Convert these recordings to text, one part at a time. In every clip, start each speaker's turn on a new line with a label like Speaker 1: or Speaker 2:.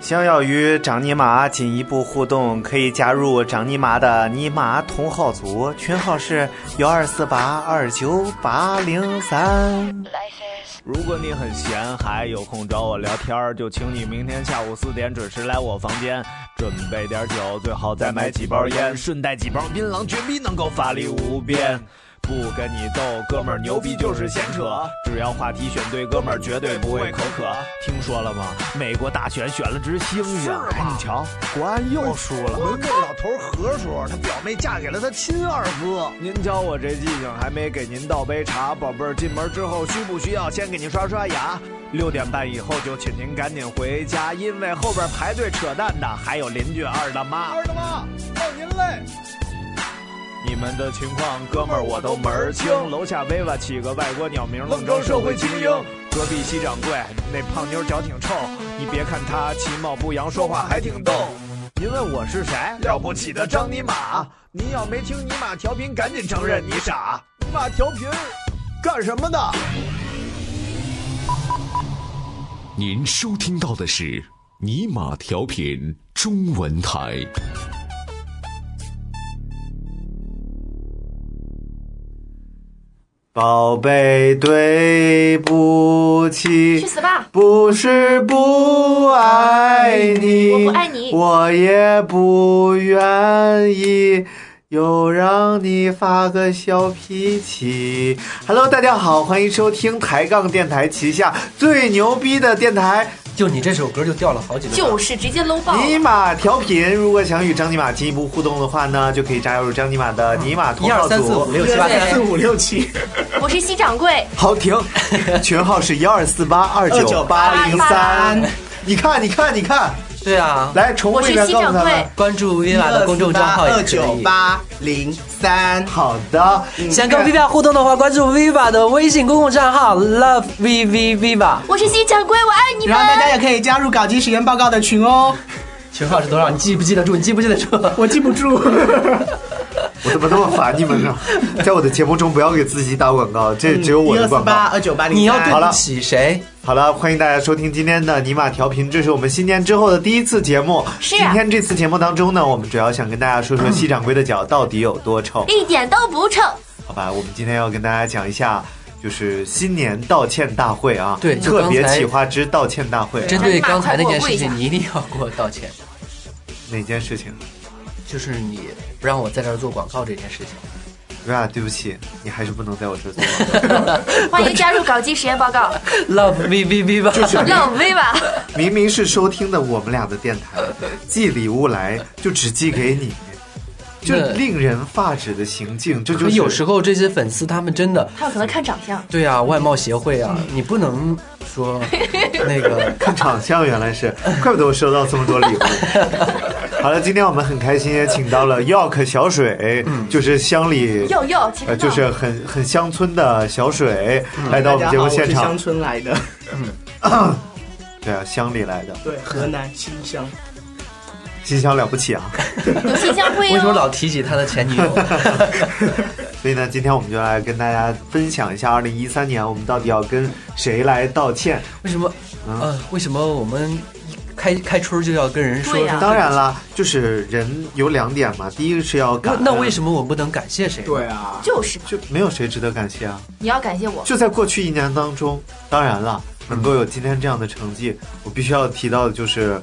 Speaker 1: 想要与长尼玛进一步互动，可以加入长尼玛的尼玛同号组，群号是幺二四八二九八零三。
Speaker 2: 如果你很闲，还有空找我聊天儿，就请你明天下午四点准时来我房间，准备点酒，最好再买几包烟，顺带几包槟榔，绝逼能够法力无边。不跟你斗，哥们儿牛逼就是闲扯。只要话题选对，哥们儿绝对不会口渴。听说了吗？美国大选选了只猩猩，你瞧，国安又输了。
Speaker 3: 这老头何叔，他表妹嫁给了他亲二哥。
Speaker 2: 您瞧我这记性，还没给您倒杯茶，宝贝儿，进门之后需不需要先给您刷刷牙？六点半以后就请您赶紧回家，因为后边排队扯淡的还有邻居二大妈。
Speaker 3: 二大妈，到您嘞。
Speaker 2: 你们的情况，哥们儿我都门儿清。楼下维瓦起个外国鸟名，愣装社会精英。隔壁西掌柜那胖妞脚挺臭，你别看她其貌不扬，说话还挺逗。您问我是谁？了不起的张尼玛！您要没听尼玛调频，赶紧承认你傻。
Speaker 3: 你妈调频，干什么的？
Speaker 4: 您收听到的是尼玛调频中文台。
Speaker 1: 宝贝，对不
Speaker 5: 去
Speaker 1: 起，
Speaker 5: 死吧！
Speaker 1: 不是不爱你，
Speaker 5: 我不爱你
Speaker 1: 我也不愿意。又让你发个小脾气。Hello，大家好，欢迎收听抬杠电台旗下最牛逼的电台
Speaker 6: 就你这首歌就掉了好几个档。
Speaker 5: 就是直接搂爆了。
Speaker 1: 尼玛调频。如果想与张尼玛进一步互动的话呢，就可以加入张尼玛的尼玛同
Speaker 6: 一二
Speaker 1: 号
Speaker 6: 三四五
Speaker 1: 组。
Speaker 6: 六七八，
Speaker 5: 对
Speaker 3: 五六七，
Speaker 5: 我是西掌柜，
Speaker 1: 好 停，群号是幺二四八二九八零三
Speaker 5: 29803。
Speaker 1: 你看，你看，你看，
Speaker 6: 对啊，
Speaker 1: 来重复一遍
Speaker 5: 我是西
Speaker 1: 告诉
Speaker 5: 掌
Speaker 1: 他
Speaker 5: 柜
Speaker 1: 们。
Speaker 6: 关注 Viva 的公众账号也
Speaker 3: 二
Speaker 6: 可
Speaker 3: 九
Speaker 6: 以。
Speaker 3: 八零三。
Speaker 1: 好的，
Speaker 6: 想跟 Viva 互动的话，关注 Viva 的微信公共账号 Love V V Viva，
Speaker 5: 我是西掌柜，我爱你们
Speaker 3: 然后。大家也可以加入搞基实验报告的群哦，
Speaker 6: 群号是多少？你记不记得住？你记不记得住？
Speaker 3: 我记不住。
Speaker 1: 我怎么那么烦你 们呢？在我的节目中不要给自己打广告，这只有我的广
Speaker 3: 八
Speaker 1: 告。
Speaker 3: 二九八零，
Speaker 6: 你要
Speaker 1: 好
Speaker 6: 对
Speaker 1: 了
Speaker 6: 不起谁？
Speaker 1: 好了，欢迎大家收听今天的尼玛调频，这是我们新年之后的第一次节目。
Speaker 5: 是啊
Speaker 1: 今天这次节目当中呢，我们主要想跟大家说说西掌柜的脚到底有多臭。
Speaker 5: 一点都不臭，
Speaker 1: 好吧，我们今天要跟大家讲一下，就是新年道歉大会啊，
Speaker 6: 对就
Speaker 1: 特别
Speaker 6: 刚才
Speaker 1: 企划之道歉大会，啊
Speaker 6: 针对刚才那件事
Speaker 5: 张尼玛快给我跪下
Speaker 6: 情，你一定要给我道歉，
Speaker 1: 哪件事情？
Speaker 6: 就是你不让我在这儿做广告这件事情。
Speaker 1: 对啊，对不起，你还是不能在我这做。
Speaker 5: 欢迎加入搞基实验报告，
Speaker 6: Love V V Viva，
Speaker 5: 让 V 吧。
Speaker 1: 明明是收听的我们俩的电台，寄礼物来就只寄给你，就
Speaker 6: 那
Speaker 1: 令人发指的行径，这
Speaker 6: 可
Speaker 1: 就是
Speaker 6: 有时候这些粉丝他们真的，
Speaker 5: 他有可能看长相，
Speaker 6: 对啊，外貌协会啊，你不能说那个
Speaker 1: 看长相原来是， 怪不得我收到这么多礼 物。好了，今天我们很开心，也请到了 York 小水，
Speaker 6: 嗯
Speaker 1: 就是乡里
Speaker 5: 哟哟，其实
Speaker 1: 呃，就是很很乡村的小水、来到我
Speaker 3: 嗯
Speaker 1: 们
Speaker 3: 大家
Speaker 1: 节目
Speaker 3: 好，我
Speaker 1: 现
Speaker 3: 是
Speaker 1: 场
Speaker 3: 乡，村来的，
Speaker 1: 对啊，乡里来的，
Speaker 3: 对，河南新乡。
Speaker 1: 新乡了不起 啊！
Speaker 5: 有新疆会
Speaker 6: 为什么
Speaker 5: 哦。
Speaker 6: 老提起他的前女友？
Speaker 1: 所以呢，今天我们就来跟大家分享一下，二零一三年我们到底要跟谁来道歉？
Speaker 6: 为什么？呃，为什么我们一开开春就要跟人说？
Speaker 5: 对
Speaker 3: 啊
Speaker 5: 呀
Speaker 1: 当然啦，就是人有两点嘛，第一个是要感
Speaker 6: 那
Speaker 1: 恩，
Speaker 6: 那为什么我不能感谢谁？，
Speaker 3: 啊，
Speaker 5: 就是嘛，
Speaker 1: 就没有谁值得感谢啊？
Speaker 5: 你要感谢我，
Speaker 1: 就在过去一年当中，当然了，能够有今天这样的成绩，我必须要提到的就是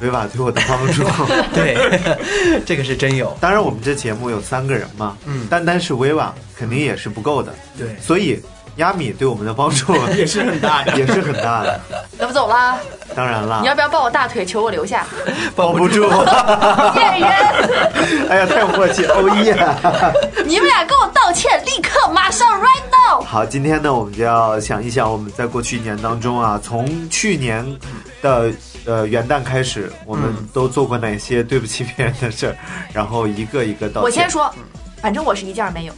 Speaker 1: 维瓦对我的帮 助。
Speaker 6: 对， 这个是真有。
Speaker 1: 当然，我们这节目有三个人嘛，
Speaker 6: 嗯
Speaker 1: 单单是维瓦肯定也是不够的，
Speaker 6: 对
Speaker 1: 所以亚米对我们的帮助 也是很大，也是很大的。
Speaker 5: 要不走了？啊
Speaker 1: 当然啦
Speaker 5: 你，要不要抱我大腿求我留下？
Speaker 1: 保不住，
Speaker 5: 骗人！
Speaker 1: 哎呀，太有默契，哦耶！
Speaker 5: 你们俩跟我道歉，立刻马上 right now！
Speaker 1: 好，今天呢，我们就要想一想，我们在过去一年当中啊，从去年的呃元旦开始，我们都做过哪些对不起别人的事儿，然后一个一个道歉。
Speaker 5: 我先说，反正我是一件儿没有。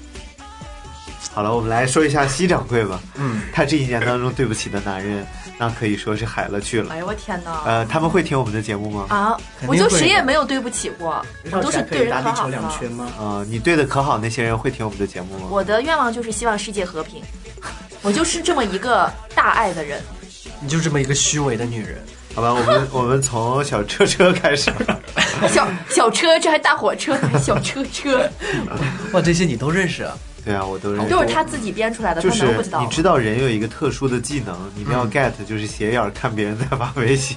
Speaker 1: 好了，我们来说一下西掌柜吧。
Speaker 6: 嗯，
Speaker 1: 他这一年当中对不起的男人，那可以说是海了去了。
Speaker 5: 哎呦我天哪！
Speaker 1: 呃，他们会听我们的节目吗？
Speaker 5: 啊，
Speaker 6: 肯
Speaker 5: 我
Speaker 6: 定会的
Speaker 5: 就谁也没有对不起过，我都是对人
Speaker 3: 打
Speaker 5: 可
Speaker 3: 地
Speaker 5: 好
Speaker 3: 球
Speaker 5: 了
Speaker 3: 两。圈吗？
Speaker 1: 呃，你对的可好，那些人会听我们的节目吗？
Speaker 5: 我的愿望就是希望世界和 平，我就是这么一个大爱的人。
Speaker 6: 你就这么一个虚伪的女人，
Speaker 1: 好吧，我们我们从小车车开始。
Speaker 5: 小小车，这还大火车， 还小车车，
Speaker 6: 哇，这些你都认识啊？
Speaker 1: 对啊，我都认识
Speaker 5: 都是他自己编出来的，
Speaker 1: 就
Speaker 5: 他
Speaker 1: 是
Speaker 5: 能不知道
Speaker 1: 你
Speaker 5: 吗？
Speaker 1: 知道人有一个特殊的技能，你一
Speaker 6: 嗯
Speaker 1: 定要 get，就是斜眼儿看别人在发微 信。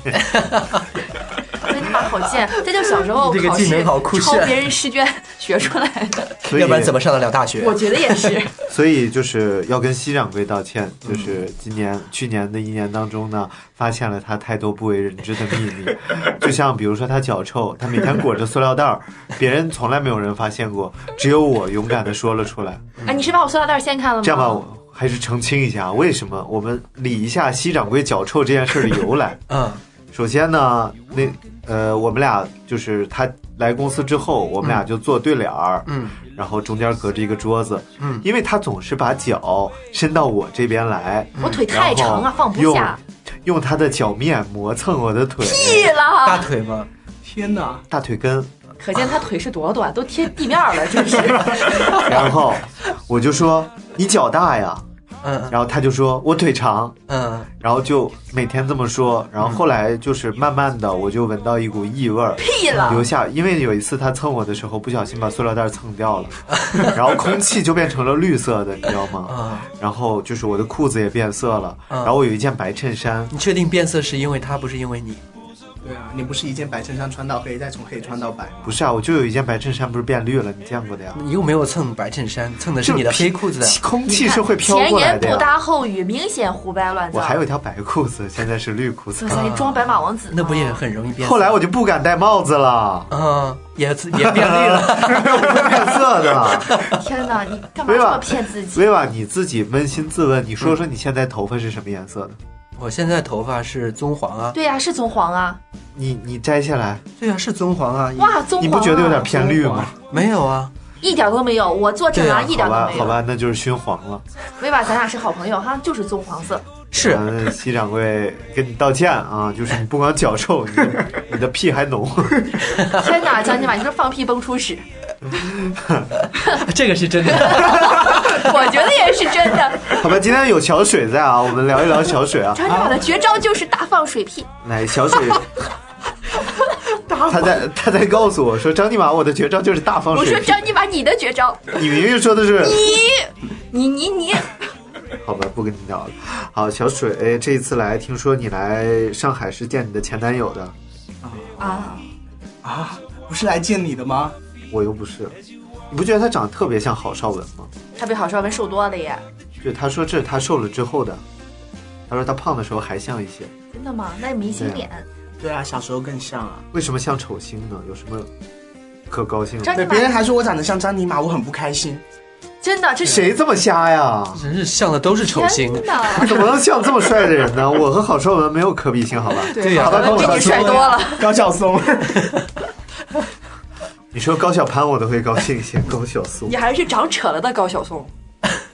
Speaker 5: 对他好贱， 这就小时候
Speaker 6: 你这个
Speaker 5: 考试
Speaker 6: 技能好酷炫
Speaker 5: 抄别人试卷学出来的。
Speaker 1: 所以
Speaker 6: 要不然怎么上得了大学
Speaker 5: 我？觉得 也是，
Speaker 1: 所以就是要跟西掌柜道歉，就是今年、去年的一年当中呢，发现了他太多不为人知的秘密， 就像比如说他脚臭，他每天裹着塑料袋儿，别人从来没有人发现过，只有我勇敢的说了出来。
Speaker 5: 哎，你是把我塑料袋掀开了吗？
Speaker 1: 这样吧，我还是澄清一下，啊为什么我们理一下西掌柜脚臭这件事儿的由来。
Speaker 6: 嗯，
Speaker 1: 首先呢，那呃，我们俩就是他来公司之后，我们俩就坐对脸儿，嗯，然后中间隔着一个桌子，嗯，因为他总是把脚伸到我这边来，
Speaker 5: 我腿太长
Speaker 1: 然
Speaker 5: 啊
Speaker 1: 后，
Speaker 5: 放不下。
Speaker 1: 用他的脚面磨蹭我的腿，
Speaker 5: 屁
Speaker 6: 大
Speaker 5: 了，
Speaker 6: 腿吗？
Speaker 3: 天哪，
Speaker 1: 大腿根，
Speaker 5: 可见他腿是多短，都贴地面了，真是。
Speaker 1: 然后我就说你脚大呀，
Speaker 6: 嗯
Speaker 1: 然后他就说我腿长，
Speaker 6: 嗯，
Speaker 1: 然后就每天这么说，然后后来就是慢慢的我就闻到一股异味 儿，
Speaker 5: 屁了，
Speaker 1: 留下，因为有一次他蹭我的时候，不小心把塑料袋蹭掉 了，然后空气就变成了绿色的，你知道
Speaker 6: 啊
Speaker 1: 吗？然后就是我的裤子也变色了，然后我有一件白衬衫，
Speaker 6: 你确定变色是因为他，不是因为你？
Speaker 3: 对啊，你不是一件白衬衫穿到黑，再从黑穿到白吗？
Speaker 1: 不是啊，我就有一件白衬衫不是变绿了，你见过的呀？
Speaker 6: 你又没有蹭白衬衫，蹭的是你的黑裤子。啊
Speaker 1: 空气是会飘
Speaker 5: 前
Speaker 1: 过来
Speaker 5: 言
Speaker 1: 的
Speaker 5: 不
Speaker 1: 呀。
Speaker 5: 搭后语，明显胡掰乱造。
Speaker 1: 我还有一条白裤子，现在是绿裤子
Speaker 5: 就。像你装白马王子，
Speaker 6: 那不也很容易变色？，
Speaker 1: 后来我就不敢戴帽子了
Speaker 6: 嗯，也也变绿了。
Speaker 1: 会变色的。
Speaker 5: 天哪，你干嘛
Speaker 1: 薇
Speaker 5: 这么
Speaker 1: 娃
Speaker 5: 骗自，己？
Speaker 1: 薇娃，你自己扪心自问，你说说你现在头发是什么颜色的？
Speaker 6: 我现在头发是棕黄啊，
Speaker 5: 对呀、是棕黄啊！
Speaker 1: 你你摘下来，
Speaker 6: 对啊，是棕黄啊，
Speaker 5: 哇，棕黄、啊，
Speaker 1: 你不觉得有点偏绿吗？
Speaker 6: 没有啊，
Speaker 5: 一点都没有，我作证
Speaker 6: 对
Speaker 5: 啊，
Speaker 6: 啊
Speaker 5: 一点
Speaker 1: 好
Speaker 5: 都
Speaker 1: 吧，
Speaker 5: 没
Speaker 1: 好
Speaker 5: 有。
Speaker 1: 吧，那就是熏黄了。
Speaker 5: 薇娃，咱俩是好朋友哈，就是棕黄色。
Speaker 6: 是
Speaker 1: 嗯，西掌柜跟你道歉啊，就是你不光脚臭，你你的屁还 浓。
Speaker 5: 天哪，张金马，你这放屁崩 出屎，
Speaker 6: 这个是真的。
Speaker 5: 我觉得也是真的。
Speaker 1: 好吧，今天有小水在啊，我们聊一聊小水 啊。
Speaker 5: 张金马的绝招就是大放水屁，
Speaker 1: 来，小水，他在他在告诉我说，张尼玛，我的绝招就是大放
Speaker 5: 我说
Speaker 1: 水屁。
Speaker 5: 张金马你的绝招，
Speaker 1: 你明明说的是，
Speaker 5: 你你你，
Speaker 1: 好吧，不跟你聊了。好，小水，哎，这一次来，听说你来上海是见你的前男友的，
Speaker 3: 啊，不是来见你的吗？
Speaker 1: 我又不是。你不觉得他长得特别像郝邵文吗？
Speaker 5: 他比郝邵文瘦多了耶。
Speaker 1: 就他说这是他瘦了之后的，他说他胖的时候还像一些。
Speaker 5: 真的吗？那明星脸，
Speaker 3: 对啊，小时候更像啊。
Speaker 1: 为什么像丑星呢？有什么可高兴的？
Speaker 5: 张
Speaker 3: 对，
Speaker 5: 金
Speaker 3: 别人
Speaker 5: 马
Speaker 3: 还说我长得像张尼玛，我很不开 心。
Speaker 5: 真的这是
Speaker 1: 谁这么瞎呀？
Speaker 6: 真是像的都是丑星
Speaker 5: 真，的，
Speaker 1: 怎么能像这么帅的人呢？我和郝邵文没有可比性，好吧？
Speaker 5: 对
Speaker 1: 呀
Speaker 5: 郝邵文比你帅多了。
Speaker 3: 高晓松，
Speaker 1: 你说高晓攀，我都会高兴一些。高晓松
Speaker 5: 你，还是长扯了的高晓松，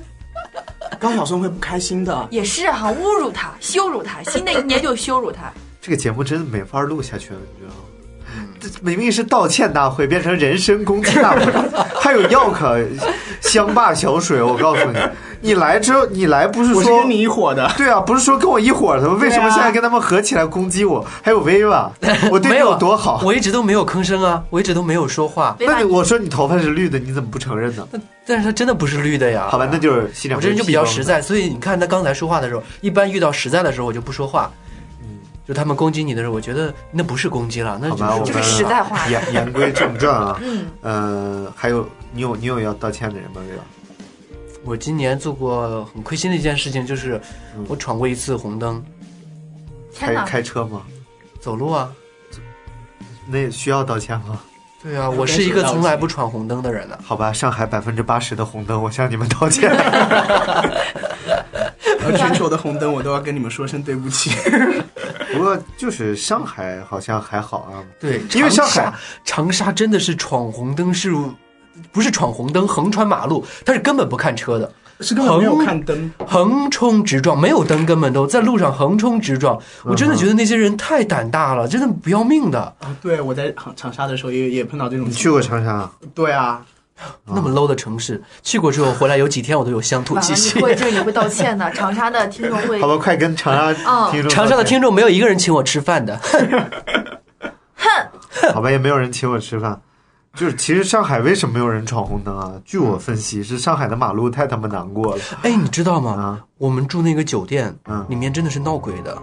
Speaker 3: 高晓松会不开心的。
Speaker 5: 也是哈、侮辱他，羞 辱他，新的一年就羞辱他。
Speaker 1: 这个节目真的没法录下去了，你知道吗？这明明是道歉大会，变成人身攻击大会，还有药可香霸小水，我告诉你，你来之后，你来不是
Speaker 3: 我是
Speaker 1: 说
Speaker 3: 跟你一伙 的。
Speaker 1: 对啊，不是说跟我一伙的吗？为什么
Speaker 3: 对啊
Speaker 1: 现在跟他们合起来攻击我？还有薇 娃，我对你
Speaker 6: 没啊
Speaker 1: 有多好？
Speaker 6: 我一直都没有吭声啊，我一直都没有说话。
Speaker 5: 薇
Speaker 1: 那
Speaker 5: 娃
Speaker 1: 你，我说你头发是绿的，你怎么不承认呢？
Speaker 6: 但是他真的不是绿的呀。
Speaker 1: 好吧，那就是西掌
Speaker 6: 我
Speaker 1: 柜
Speaker 6: 这人就比较实
Speaker 1: 在。
Speaker 6: 在，所以你看他刚才说话的时候，一般遇到实在的时候我就不说话。就他们攻击你的时候，我觉得那不是攻击了，那
Speaker 1: 嗯好吧，我
Speaker 6: 就
Speaker 1: 们
Speaker 6: 是
Speaker 5: 就是实在话
Speaker 1: 言言归正传啊。
Speaker 6: 嗯
Speaker 1: 呃，还有你有你有要道歉的人吗？对吧？
Speaker 6: 我今年做过很亏心的一件事情，就是
Speaker 1: 嗯
Speaker 6: 我闯过一次红灯，
Speaker 5: 天
Speaker 1: 开
Speaker 5: 哪，
Speaker 1: 开车吗？
Speaker 6: 走路啊。
Speaker 1: 那需要道歉吗？
Speaker 6: 对啊，我是一个从来不闯红灯的人呢、啊
Speaker 1: 好吧，上海百分之八十的红灯，我向你们道歉。
Speaker 3: 而呃全球的红灯，我都要跟你们说声对不起。
Speaker 1: 不过就是上海好像还好啊，
Speaker 6: 对，
Speaker 1: 因为上
Speaker 6: 长
Speaker 1: 海
Speaker 6: 沙长沙真的是闯红灯是，不是闯红灯横穿马路，他是根本不看车的，
Speaker 3: 是根本没有看灯，
Speaker 6: 横冲直撞，没有灯根本都在路上横冲直撞。我
Speaker 1: 嗯
Speaker 6: 真的觉得那些人太胆大了，真的不要命的。
Speaker 3: 啊啊，对，我在长长沙的时候也也碰到这种
Speaker 1: 你去
Speaker 3: 情
Speaker 1: 过
Speaker 3: 况。
Speaker 1: 长沙？
Speaker 3: 对啊，
Speaker 6: 那么 low 的城市，去过之后回来有几天我都有乡土
Speaker 7: 完
Speaker 6: 气
Speaker 7: 了，
Speaker 6: 息
Speaker 7: 你。会这你会道歉的，长沙的听众会
Speaker 1: 好吧，快跟长沙
Speaker 7: 嗯
Speaker 1: 听众道歉、
Speaker 6: 长沙的听众没有一个人请我 吃饭的，
Speaker 1: 好吧，也没有人请我吃饭。就是其实上海为什么没有人闯红灯啊？据我分析，是上海的马路太他妈难过了。
Speaker 6: 哎，你知道吗？
Speaker 1: 啊
Speaker 6: 我们住那个酒店
Speaker 1: 嗯，
Speaker 6: 里面真的是闹鬼的。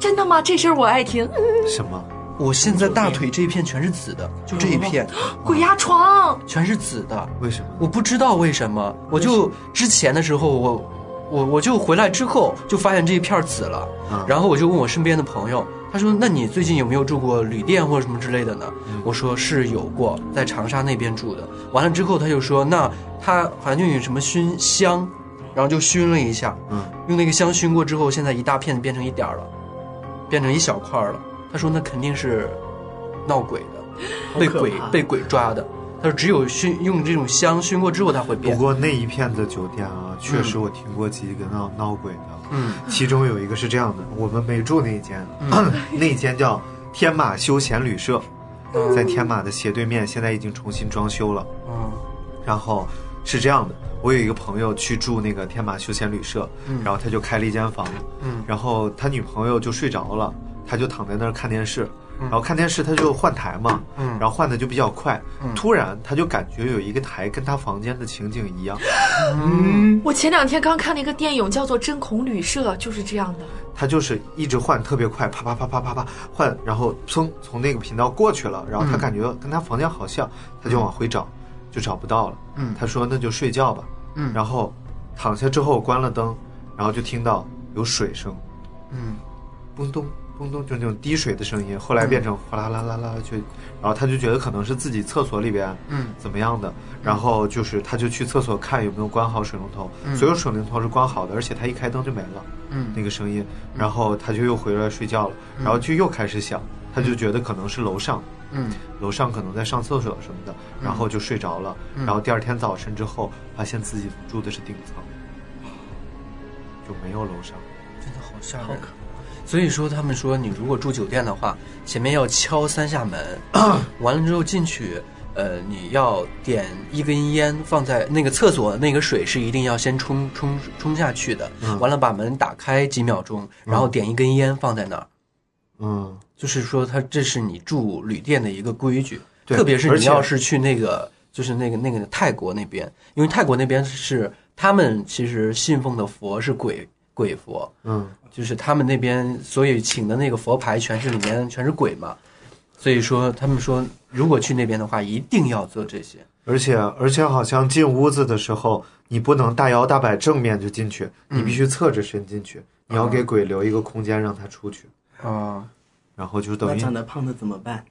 Speaker 7: 真的吗？这事儿我爱听。 嗯
Speaker 1: 什么？
Speaker 6: 我现在
Speaker 1: 嗯
Speaker 6: 大腿这一片全是紫的，就这一片
Speaker 7: 鬼压床，
Speaker 6: 全是紫的，
Speaker 1: 为什么？
Speaker 6: 我不知道为什么。我就之前的时候，我我我就回来之后就发现这一片儿紫了，
Speaker 1: 啊
Speaker 6: 然后我就问我身边的朋友，他说：“那你最近有没有住过旅店或者什么之类的呢？”我说：“是有过，在长沙那边住的。”完了之后，他就说：“那他好像就有什么熏香，然后就熏了一下，
Speaker 1: 嗯，
Speaker 6: 用那个香熏过之后，现在一大片变成一点儿了，变成一小块儿了。”他说：“那肯定是闹鬼的，被鬼被鬼抓的。”他说：“只有熏用这种香熏过之后，它会
Speaker 1: 不
Speaker 6: 变。”
Speaker 1: 过那一片的酒店啊，确实我听过几个闹闹鬼的，
Speaker 6: 嗯
Speaker 1: 其中有一个是这样的，我们没住那一间， 那间叫天马休闲旅社，在天马的斜对面，现在已经重新装修了。
Speaker 6: 嗯
Speaker 1: 然后是这样的，我有一个朋友去住那个天马休闲旅社，然后他就开了一间房，
Speaker 6: 嗯
Speaker 1: 然后他女朋友就睡着了，他就躺在那儿看电视，然后看电视他就换台嘛，
Speaker 6: 嗯
Speaker 1: 然后换的就比较快，突然他就感觉有一个台跟他房间的情景一样，
Speaker 7: 我前两天刚看了一个电影，叫做《针孔旅社》，就是这样的。
Speaker 1: 他就是一直换特别快，啪啪啪啪啪啪换，然后噌从那个频道过去了，然后他感觉跟他房间好像，他就往回找，就找不到了。
Speaker 6: 嗯
Speaker 1: 他说那就睡觉吧。
Speaker 6: 嗯
Speaker 1: 然后躺下之后关了灯，然后就听到有水声，
Speaker 6: 嗯
Speaker 1: 嘣咚嘣咚，就那种滴水的声音。后来变成哗啦啦啦啦，就，然后他就觉得可能是自己厕所里边
Speaker 6: 嗯
Speaker 1: 怎么样的，然后就是他就去厕所看有没有关好水龙头，
Speaker 6: 嗯
Speaker 1: 所有水龙头是关好的，而且他一开灯就没了。
Speaker 6: 嗯
Speaker 1: 那个声音，然后他就又回来睡觉了，然后就又开始想，他就觉得可能是楼上，
Speaker 6: 嗯
Speaker 1: 楼上可能在上厕所什么的，然后就睡着了，
Speaker 6: 嗯
Speaker 1: 然后第二天早晨之后，发现自己住的是顶层，就没有楼上。
Speaker 6: 真的好吓人。啊所以说，他们说你如果住酒店的话，前面要敲三下门，完了之后进去，呃，你要点一根烟放在那个厕所，那个水是一定要先冲冲冲下去的。完了把门打开几秒钟，然后点一根烟放在那儿，
Speaker 1: 嗯，
Speaker 6: 就是说它这是你住旅店的一个规矩。
Speaker 1: 对
Speaker 6: 特别是
Speaker 1: 而
Speaker 6: 你
Speaker 1: 且
Speaker 6: 要是去那个，就是那个那个泰国那边，因为泰国那边是他们其实信奉的佛是鬼鬼佛，
Speaker 1: 嗯，
Speaker 6: 就是他们那边，所以请的那个佛牌全是里面全是鬼嘛，所以说他们说如果去那边的话，一定要做这些。
Speaker 1: 而且而且好像进屋子的时候，你不能大摇大摆正面就进去，你必须侧着身进去，你要给鬼留一个空间让他出去，
Speaker 6: 啊，
Speaker 1: 然后就
Speaker 3: 那
Speaker 1: 等于
Speaker 3: 长得胖的怎么办？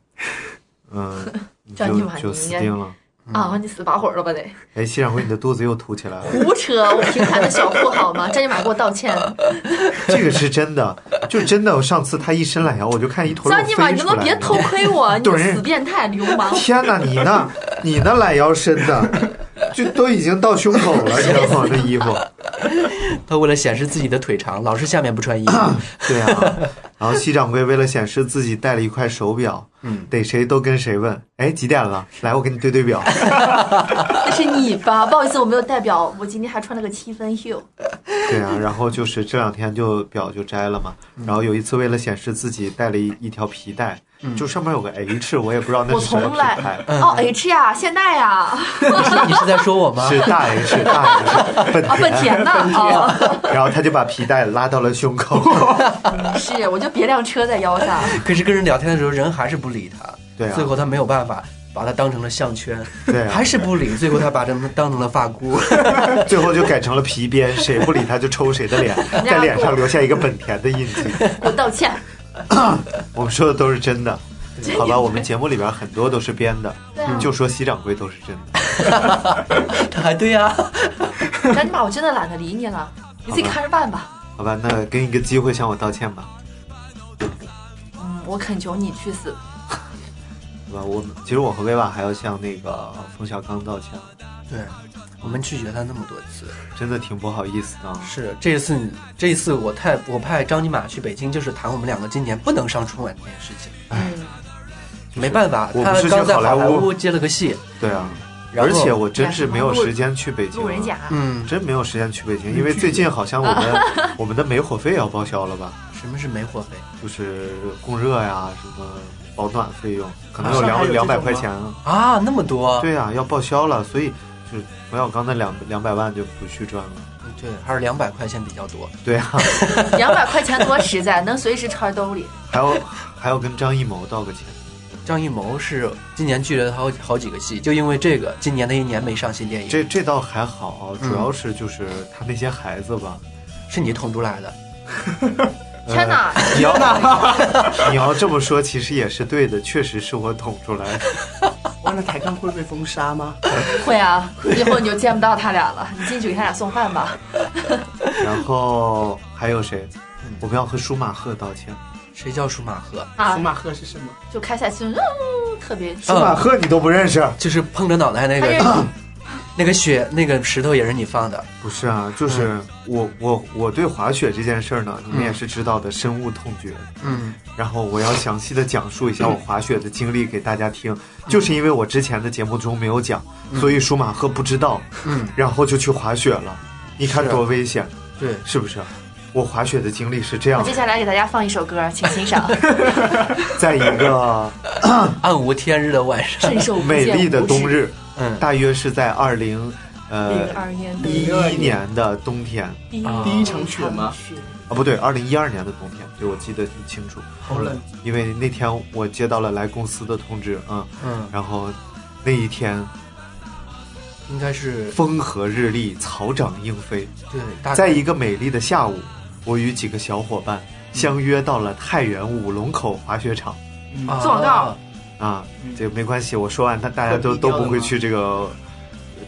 Speaker 1: 嗯，你
Speaker 7: 张静
Speaker 1: 就
Speaker 7: 华
Speaker 1: 就
Speaker 7: 你
Speaker 1: 死
Speaker 7: 应该
Speaker 1: 定了。
Speaker 7: 啊，你死把火了吧得！
Speaker 1: 哎，西掌柜，你的肚子又凸起来了。
Speaker 7: 胡扯，我平凡的小户好吗？张金马给我道歉。
Speaker 1: 这个是真的，就真的。我上次他一伸懒腰，我就看一坨肉
Speaker 7: 张
Speaker 1: 飞
Speaker 7: 金
Speaker 1: 出
Speaker 7: 马，
Speaker 1: 来。
Speaker 7: 你能不能别偷窥我？你
Speaker 1: 对
Speaker 7: 个死变态流氓！
Speaker 1: 天哪，你呢？你那懒腰伸的，就都已经到胸口了，你知道吗？这衣服。
Speaker 6: 他为了显示自己的腿长，老是下面不穿衣服。
Speaker 1: 对啊。然后西掌柜为了显示自己戴了一块手表，嗯，逮谁都跟谁问，哎，几 点了？来，我给你对对表。
Speaker 7: 那是你吧？不好意思，我没有代表，我今天还穿了个七分袖。
Speaker 1: 对啊，然后就是这两天就表就摘了嘛。
Speaker 7: 嗯
Speaker 1: 然后有一次为了显示自己戴了一一条皮带，就上面有个 H，我也不知道那
Speaker 7: 嗯我
Speaker 1: 是什么
Speaker 7: 从
Speaker 1: 品
Speaker 7: 来
Speaker 1: 牌。
Speaker 7: 哦，H 呀，现代呀，啊，
Speaker 6: 你是你是在说我吗？
Speaker 1: 是大 H 大 H
Speaker 5: 哦
Speaker 1: 本
Speaker 7: 本田呐，啊，
Speaker 1: 然后他就把皮带拉到了胸 口，
Speaker 5: 哦
Speaker 7: 是，我就别辆车在腰上。
Speaker 6: 可是跟人聊天的时候，人还是不理他。
Speaker 1: 对啊
Speaker 6: 最后他没有办法。把它当成了项圈，
Speaker 1: 对啊
Speaker 6: 还是不理。最后他把它当成了发 箍。
Speaker 1: 最后就改成了皮鞭，谁不理他就抽谁的脸，在脸上留下一个本田的印记。
Speaker 7: 我道歉。
Speaker 1: 我们说的都是真的，好吧？我们节目里边很多都是编的
Speaker 7: 对
Speaker 6: 嗯
Speaker 7: 啊，
Speaker 1: 就说西掌柜都是真的。
Speaker 6: 他还对呀、
Speaker 7: 张金马，我真的懒得理你了，你自己看着办吧。
Speaker 1: 好吧，那给你个机会向我道歉吧，
Speaker 7: 嗯，我恳求你去死。
Speaker 1: 好吧？我其实我和薇娃还要向那个冯小刚道歉，
Speaker 6: 对，我们拒绝他那么多次。
Speaker 1: 真的挺不好意思的。啊
Speaker 6: 是这一次，这一次我太我派张尼玛去北京，就是谈我们两个今年不能上春晚这件事情。
Speaker 1: 哎
Speaker 7: 嗯，
Speaker 6: 没办法，
Speaker 1: 我
Speaker 6: 他
Speaker 1: 不是去
Speaker 6: 刚在
Speaker 1: 好
Speaker 6: 好
Speaker 1: 莱
Speaker 6: 莱
Speaker 1: 坞
Speaker 6: 坞接了个戏，
Speaker 1: 对啊，
Speaker 6: 然
Speaker 1: 而
Speaker 6: 后
Speaker 1: 且我真是没有时间去北京，啊
Speaker 5: 路人甲，
Speaker 6: 嗯，
Speaker 1: 真没有时间去北京，因为最近好像我 们我们的煤火费要报销了吧？
Speaker 6: 什么是没火费
Speaker 1: 就是供热呀，什么保暖费用，可能有
Speaker 6: 啊上海
Speaker 1: 两
Speaker 6: 有
Speaker 1: 两百
Speaker 6: 这种
Speaker 1: 块
Speaker 6: 吗
Speaker 1: 钱啊。
Speaker 6: 啊？那么多，
Speaker 1: 对呀、要报销了，所以就是冯小刚那两两百万就不去赚了。
Speaker 6: 对，还是两百块钱比较多。
Speaker 1: 对啊呀、
Speaker 5: 两百块钱多实在，能随时揣兜里。
Speaker 1: 还要还要跟张艺谋道个歉。
Speaker 6: 张艺谋是今年拒绝了好好几个戏，就因为这个，今年的一年没上新电影，
Speaker 1: 这这倒还好，啊
Speaker 6: 嗯
Speaker 1: 主要是就是他那些孩子吧。
Speaker 6: 是你捅出来的。
Speaker 1: 呃
Speaker 5: 天哪，
Speaker 1: 你要你要这么说，其实也是对的，确实是我捅出来的。
Speaker 3: 完了，抬杠会被封杀吗？
Speaker 5: 会啊，以后你就见不到他俩了。你进去给他俩送饭吧。
Speaker 1: 然后还有谁？我们要和舒马赫道歉。
Speaker 6: 谁叫舒马赫？
Speaker 5: 啊
Speaker 3: 舒，马赫是什么？
Speaker 5: 就开下心，嗯，特别
Speaker 1: 舒马赫你都不认识？
Speaker 6: 就是碰着脑袋那
Speaker 5: 他认
Speaker 6: 个， 那个雪，那个石头也是你放的。
Speaker 1: 不是啊，就是
Speaker 6: 嗯
Speaker 1: 我我我对滑雪这件事儿呢，你们也是知道的，深恶痛绝。
Speaker 6: 嗯，
Speaker 1: 然后我要详细的讲述一下我滑雪的经历给大家
Speaker 6: 嗯
Speaker 1: 听，就是因为我之前的节目中没有讲，所以舒马赫不知道，
Speaker 6: 嗯，啊
Speaker 1: 然后就去滑雪了。你看多危险，
Speaker 6: 对，
Speaker 1: 是不是？啊我滑雪的经历是这样
Speaker 5: 我接
Speaker 1: 的，
Speaker 5: 下来给大家放一首歌，请 欣赏《
Speaker 1: 在一个
Speaker 6: 暗无天日的晚上。
Speaker 5: 伸手不
Speaker 1: 美
Speaker 5: 见
Speaker 1: 丽的
Speaker 5: 五
Speaker 1: 冬
Speaker 5: 指
Speaker 1: 日，
Speaker 6: 嗯，
Speaker 1: 大约是在二零
Speaker 5: 零
Speaker 1: 呃
Speaker 5: 二年的
Speaker 1: 一啊一年的冬天
Speaker 5: 第
Speaker 3: 第一场雪吗？
Speaker 5: 雪
Speaker 1: 啊，不对，二零一二年的冬天，对我记得很清楚。
Speaker 3: 好冷，
Speaker 1: 因为那天我接到了来公司的通知，嗯，
Speaker 6: 嗯，
Speaker 1: 然后那一天
Speaker 6: 应该是
Speaker 1: 风和日丽，草长莺飞。
Speaker 6: 对，大概嗯
Speaker 1: 在一个美丽的下午，我与几个小伙伴相约到了太原五龙口滑雪场
Speaker 6: 啊
Speaker 5: 做广告
Speaker 1: 啊
Speaker 3: 嗯。
Speaker 1: 这个没关系，我说完，他大家都
Speaker 3: 很低调
Speaker 1: 都
Speaker 3: 的
Speaker 1: 不会
Speaker 3: 吗
Speaker 1: 去这个，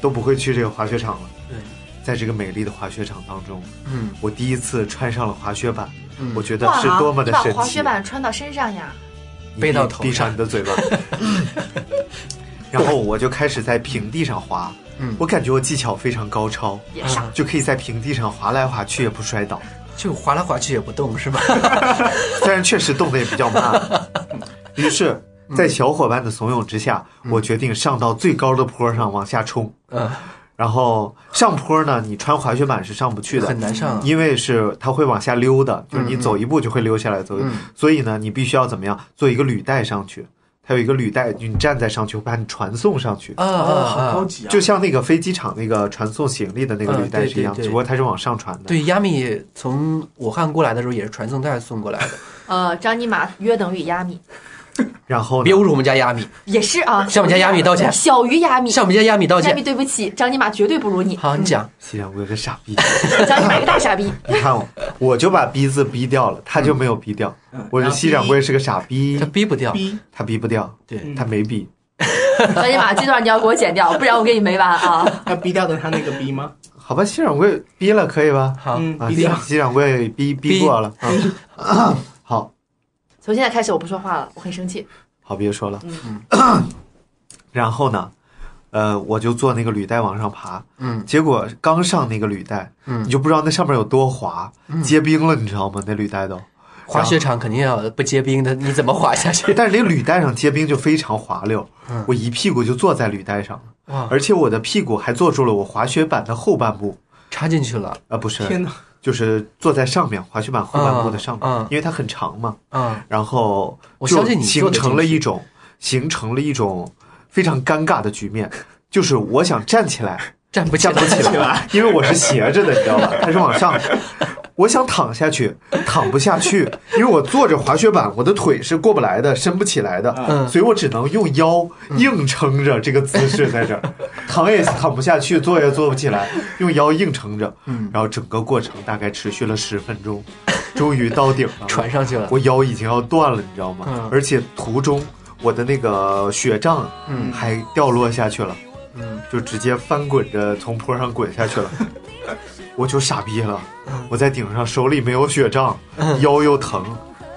Speaker 1: 都不会去这个滑雪场了。
Speaker 6: 对，
Speaker 1: 在这个美丽的滑雪场当中，
Speaker 6: 嗯，
Speaker 1: 我第一次穿上了滑雪板，
Speaker 6: 嗯
Speaker 1: 我觉得
Speaker 5: 哇
Speaker 1: 是多么的
Speaker 5: 你把
Speaker 1: 神奇。
Speaker 5: 滑雪板穿到身上呀！
Speaker 1: 你
Speaker 6: 背到
Speaker 1: 闭
Speaker 6: 头
Speaker 1: 闭
Speaker 6: 上
Speaker 1: 上你的嘴 巴。然后我就开始在平地上滑，
Speaker 6: 嗯
Speaker 1: 我感觉我技巧非常高超，
Speaker 5: 也傻
Speaker 1: 就可以在平地上滑来滑去也不摔倒，
Speaker 6: 就滑来滑去也不动是吧？
Speaker 1: 虽然确实动的也比较 慢。于是，
Speaker 6: 嗯
Speaker 1: 在小伙伴的怂恿之下，我决定上到最高的坡上往下冲。
Speaker 6: 嗯，
Speaker 1: 然后上坡呢，你穿滑雪板是上不去的，
Speaker 6: 很难上啊
Speaker 1: 因为是它会往下溜
Speaker 6: 嗯
Speaker 1: 的，就是你走一步就会溜下来，走一步。所以呢，你必须要怎么样，做一个履带上去，它有一个履带，你站在上去会把你传送上去，
Speaker 6: 啊啊
Speaker 3: 哦，好高
Speaker 6: 啊！
Speaker 3: 级啊！
Speaker 1: 就像那个飞机场那个传送行李的那个履带是一样，
Speaker 6: 嗯对对对
Speaker 1: 只不过它是往上传的。
Speaker 6: 对，亚米从武汉过来的时候也是传送带送过来的，
Speaker 5: 呃，张尼玛约等于亚米，
Speaker 1: 然后呢
Speaker 6: 别侮辱我们家亚米，
Speaker 5: 也是 啊。
Speaker 6: 向我们家亚米道歉
Speaker 5: 小于亚米，
Speaker 6: 向我们家亚米道
Speaker 5: 亚
Speaker 6: 歉
Speaker 5: 米。对不起，张尼玛绝对不如你，
Speaker 6: 好，你讲，
Speaker 1: 西洋哥个傻逼，
Speaker 5: 张尼玛个大傻 逼。
Speaker 1: 你看我，我就把逼字逼掉了，他就没有逼掉。
Speaker 3: 嗯
Speaker 1: 我是西掌柜，是个傻嗯逼
Speaker 6: 他，逼不掉。
Speaker 3: 逼
Speaker 1: 他逼不掉，
Speaker 6: 嗯对
Speaker 1: 他没逼。
Speaker 5: 张尼玛这段你要给我剪 掉，不然我跟你没完啊！
Speaker 3: 要逼掉的他那个逼吗？
Speaker 1: 好吧，西掌柜逼了可以吧？
Speaker 6: 好，
Speaker 3: 嗯，
Speaker 1: 啊，
Speaker 3: 逼
Speaker 1: 西
Speaker 3: 掉。
Speaker 1: 西掌柜逼逼
Speaker 6: 逼
Speaker 1: 过 了。啊 好，
Speaker 5: 从现在开始我不说话了，我很生气。
Speaker 1: 好，别说了。
Speaker 6: 嗯
Speaker 1: 然后呢，呃，我就坐那个履带往上爬，
Speaker 6: 嗯
Speaker 1: 结果刚上那个履带，
Speaker 6: 嗯
Speaker 1: 你就不知道那上面有多滑，结冰了，你知道吗？那履带 都。
Speaker 6: 滑雪场肯定要不结冰的，你怎么滑下去？
Speaker 1: 但是那履带上结冰就非常滑溜，
Speaker 6: 嗯
Speaker 1: 我一屁股就坐在履带上了，
Speaker 6: 哇，
Speaker 1: 而且我的屁股还坐住了我滑雪板的后半部，
Speaker 6: 插进去了，
Speaker 1: 啊、不是，
Speaker 3: 天哪！
Speaker 1: 就是坐在上面滑雪板后半部的上面，
Speaker 6: 嗯嗯
Speaker 1: 因为它很长嘛，
Speaker 6: 嗯，
Speaker 1: 然后
Speaker 6: 我
Speaker 1: 就
Speaker 6: 相信你做
Speaker 1: 形
Speaker 6: 得
Speaker 1: 成
Speaker 6: 进
Speaker 1: 了
Speaker 6: 去
Speaker 1: 一种形成了一种非常尴尬的局面，就是我想站起来。
Speaker 6: 站 不
Speaker 1: 站不起来，因为我是斜着的，你知道吧？它是往上的。我想躺下去，躺不下去，因为我坐着滑雪板，我的腿是过不来的，伸不起来的，
Speaker 6: 嗯
Speaker 1: 所以我只能用腰硬撑着这个姿势在这儿，躺也躺不下去，坐也坐不起来，用腰硬撑着。
Speaker 6: 嗯
Speaker 1: 然后整个过程大概持续了十分钟，终于到顶了。
Speaker 6: 传上去了。
Speaker 1: 我腰已经要断了，你知道吗？
Speaker 6: 嗯
Speaker 1: 而且途中我的那个雪杖
Speaker 6: 嗯
Speaker 1: 还掉落下去了，
Speaker 6: 嗯，
Speaker 1: 就直接翻滚着从坡上滚下去 了，我就傻逼了，
Speaker 6: 嗯
Speaker 1: 我在顶上手里没有雪杖，腰又疼，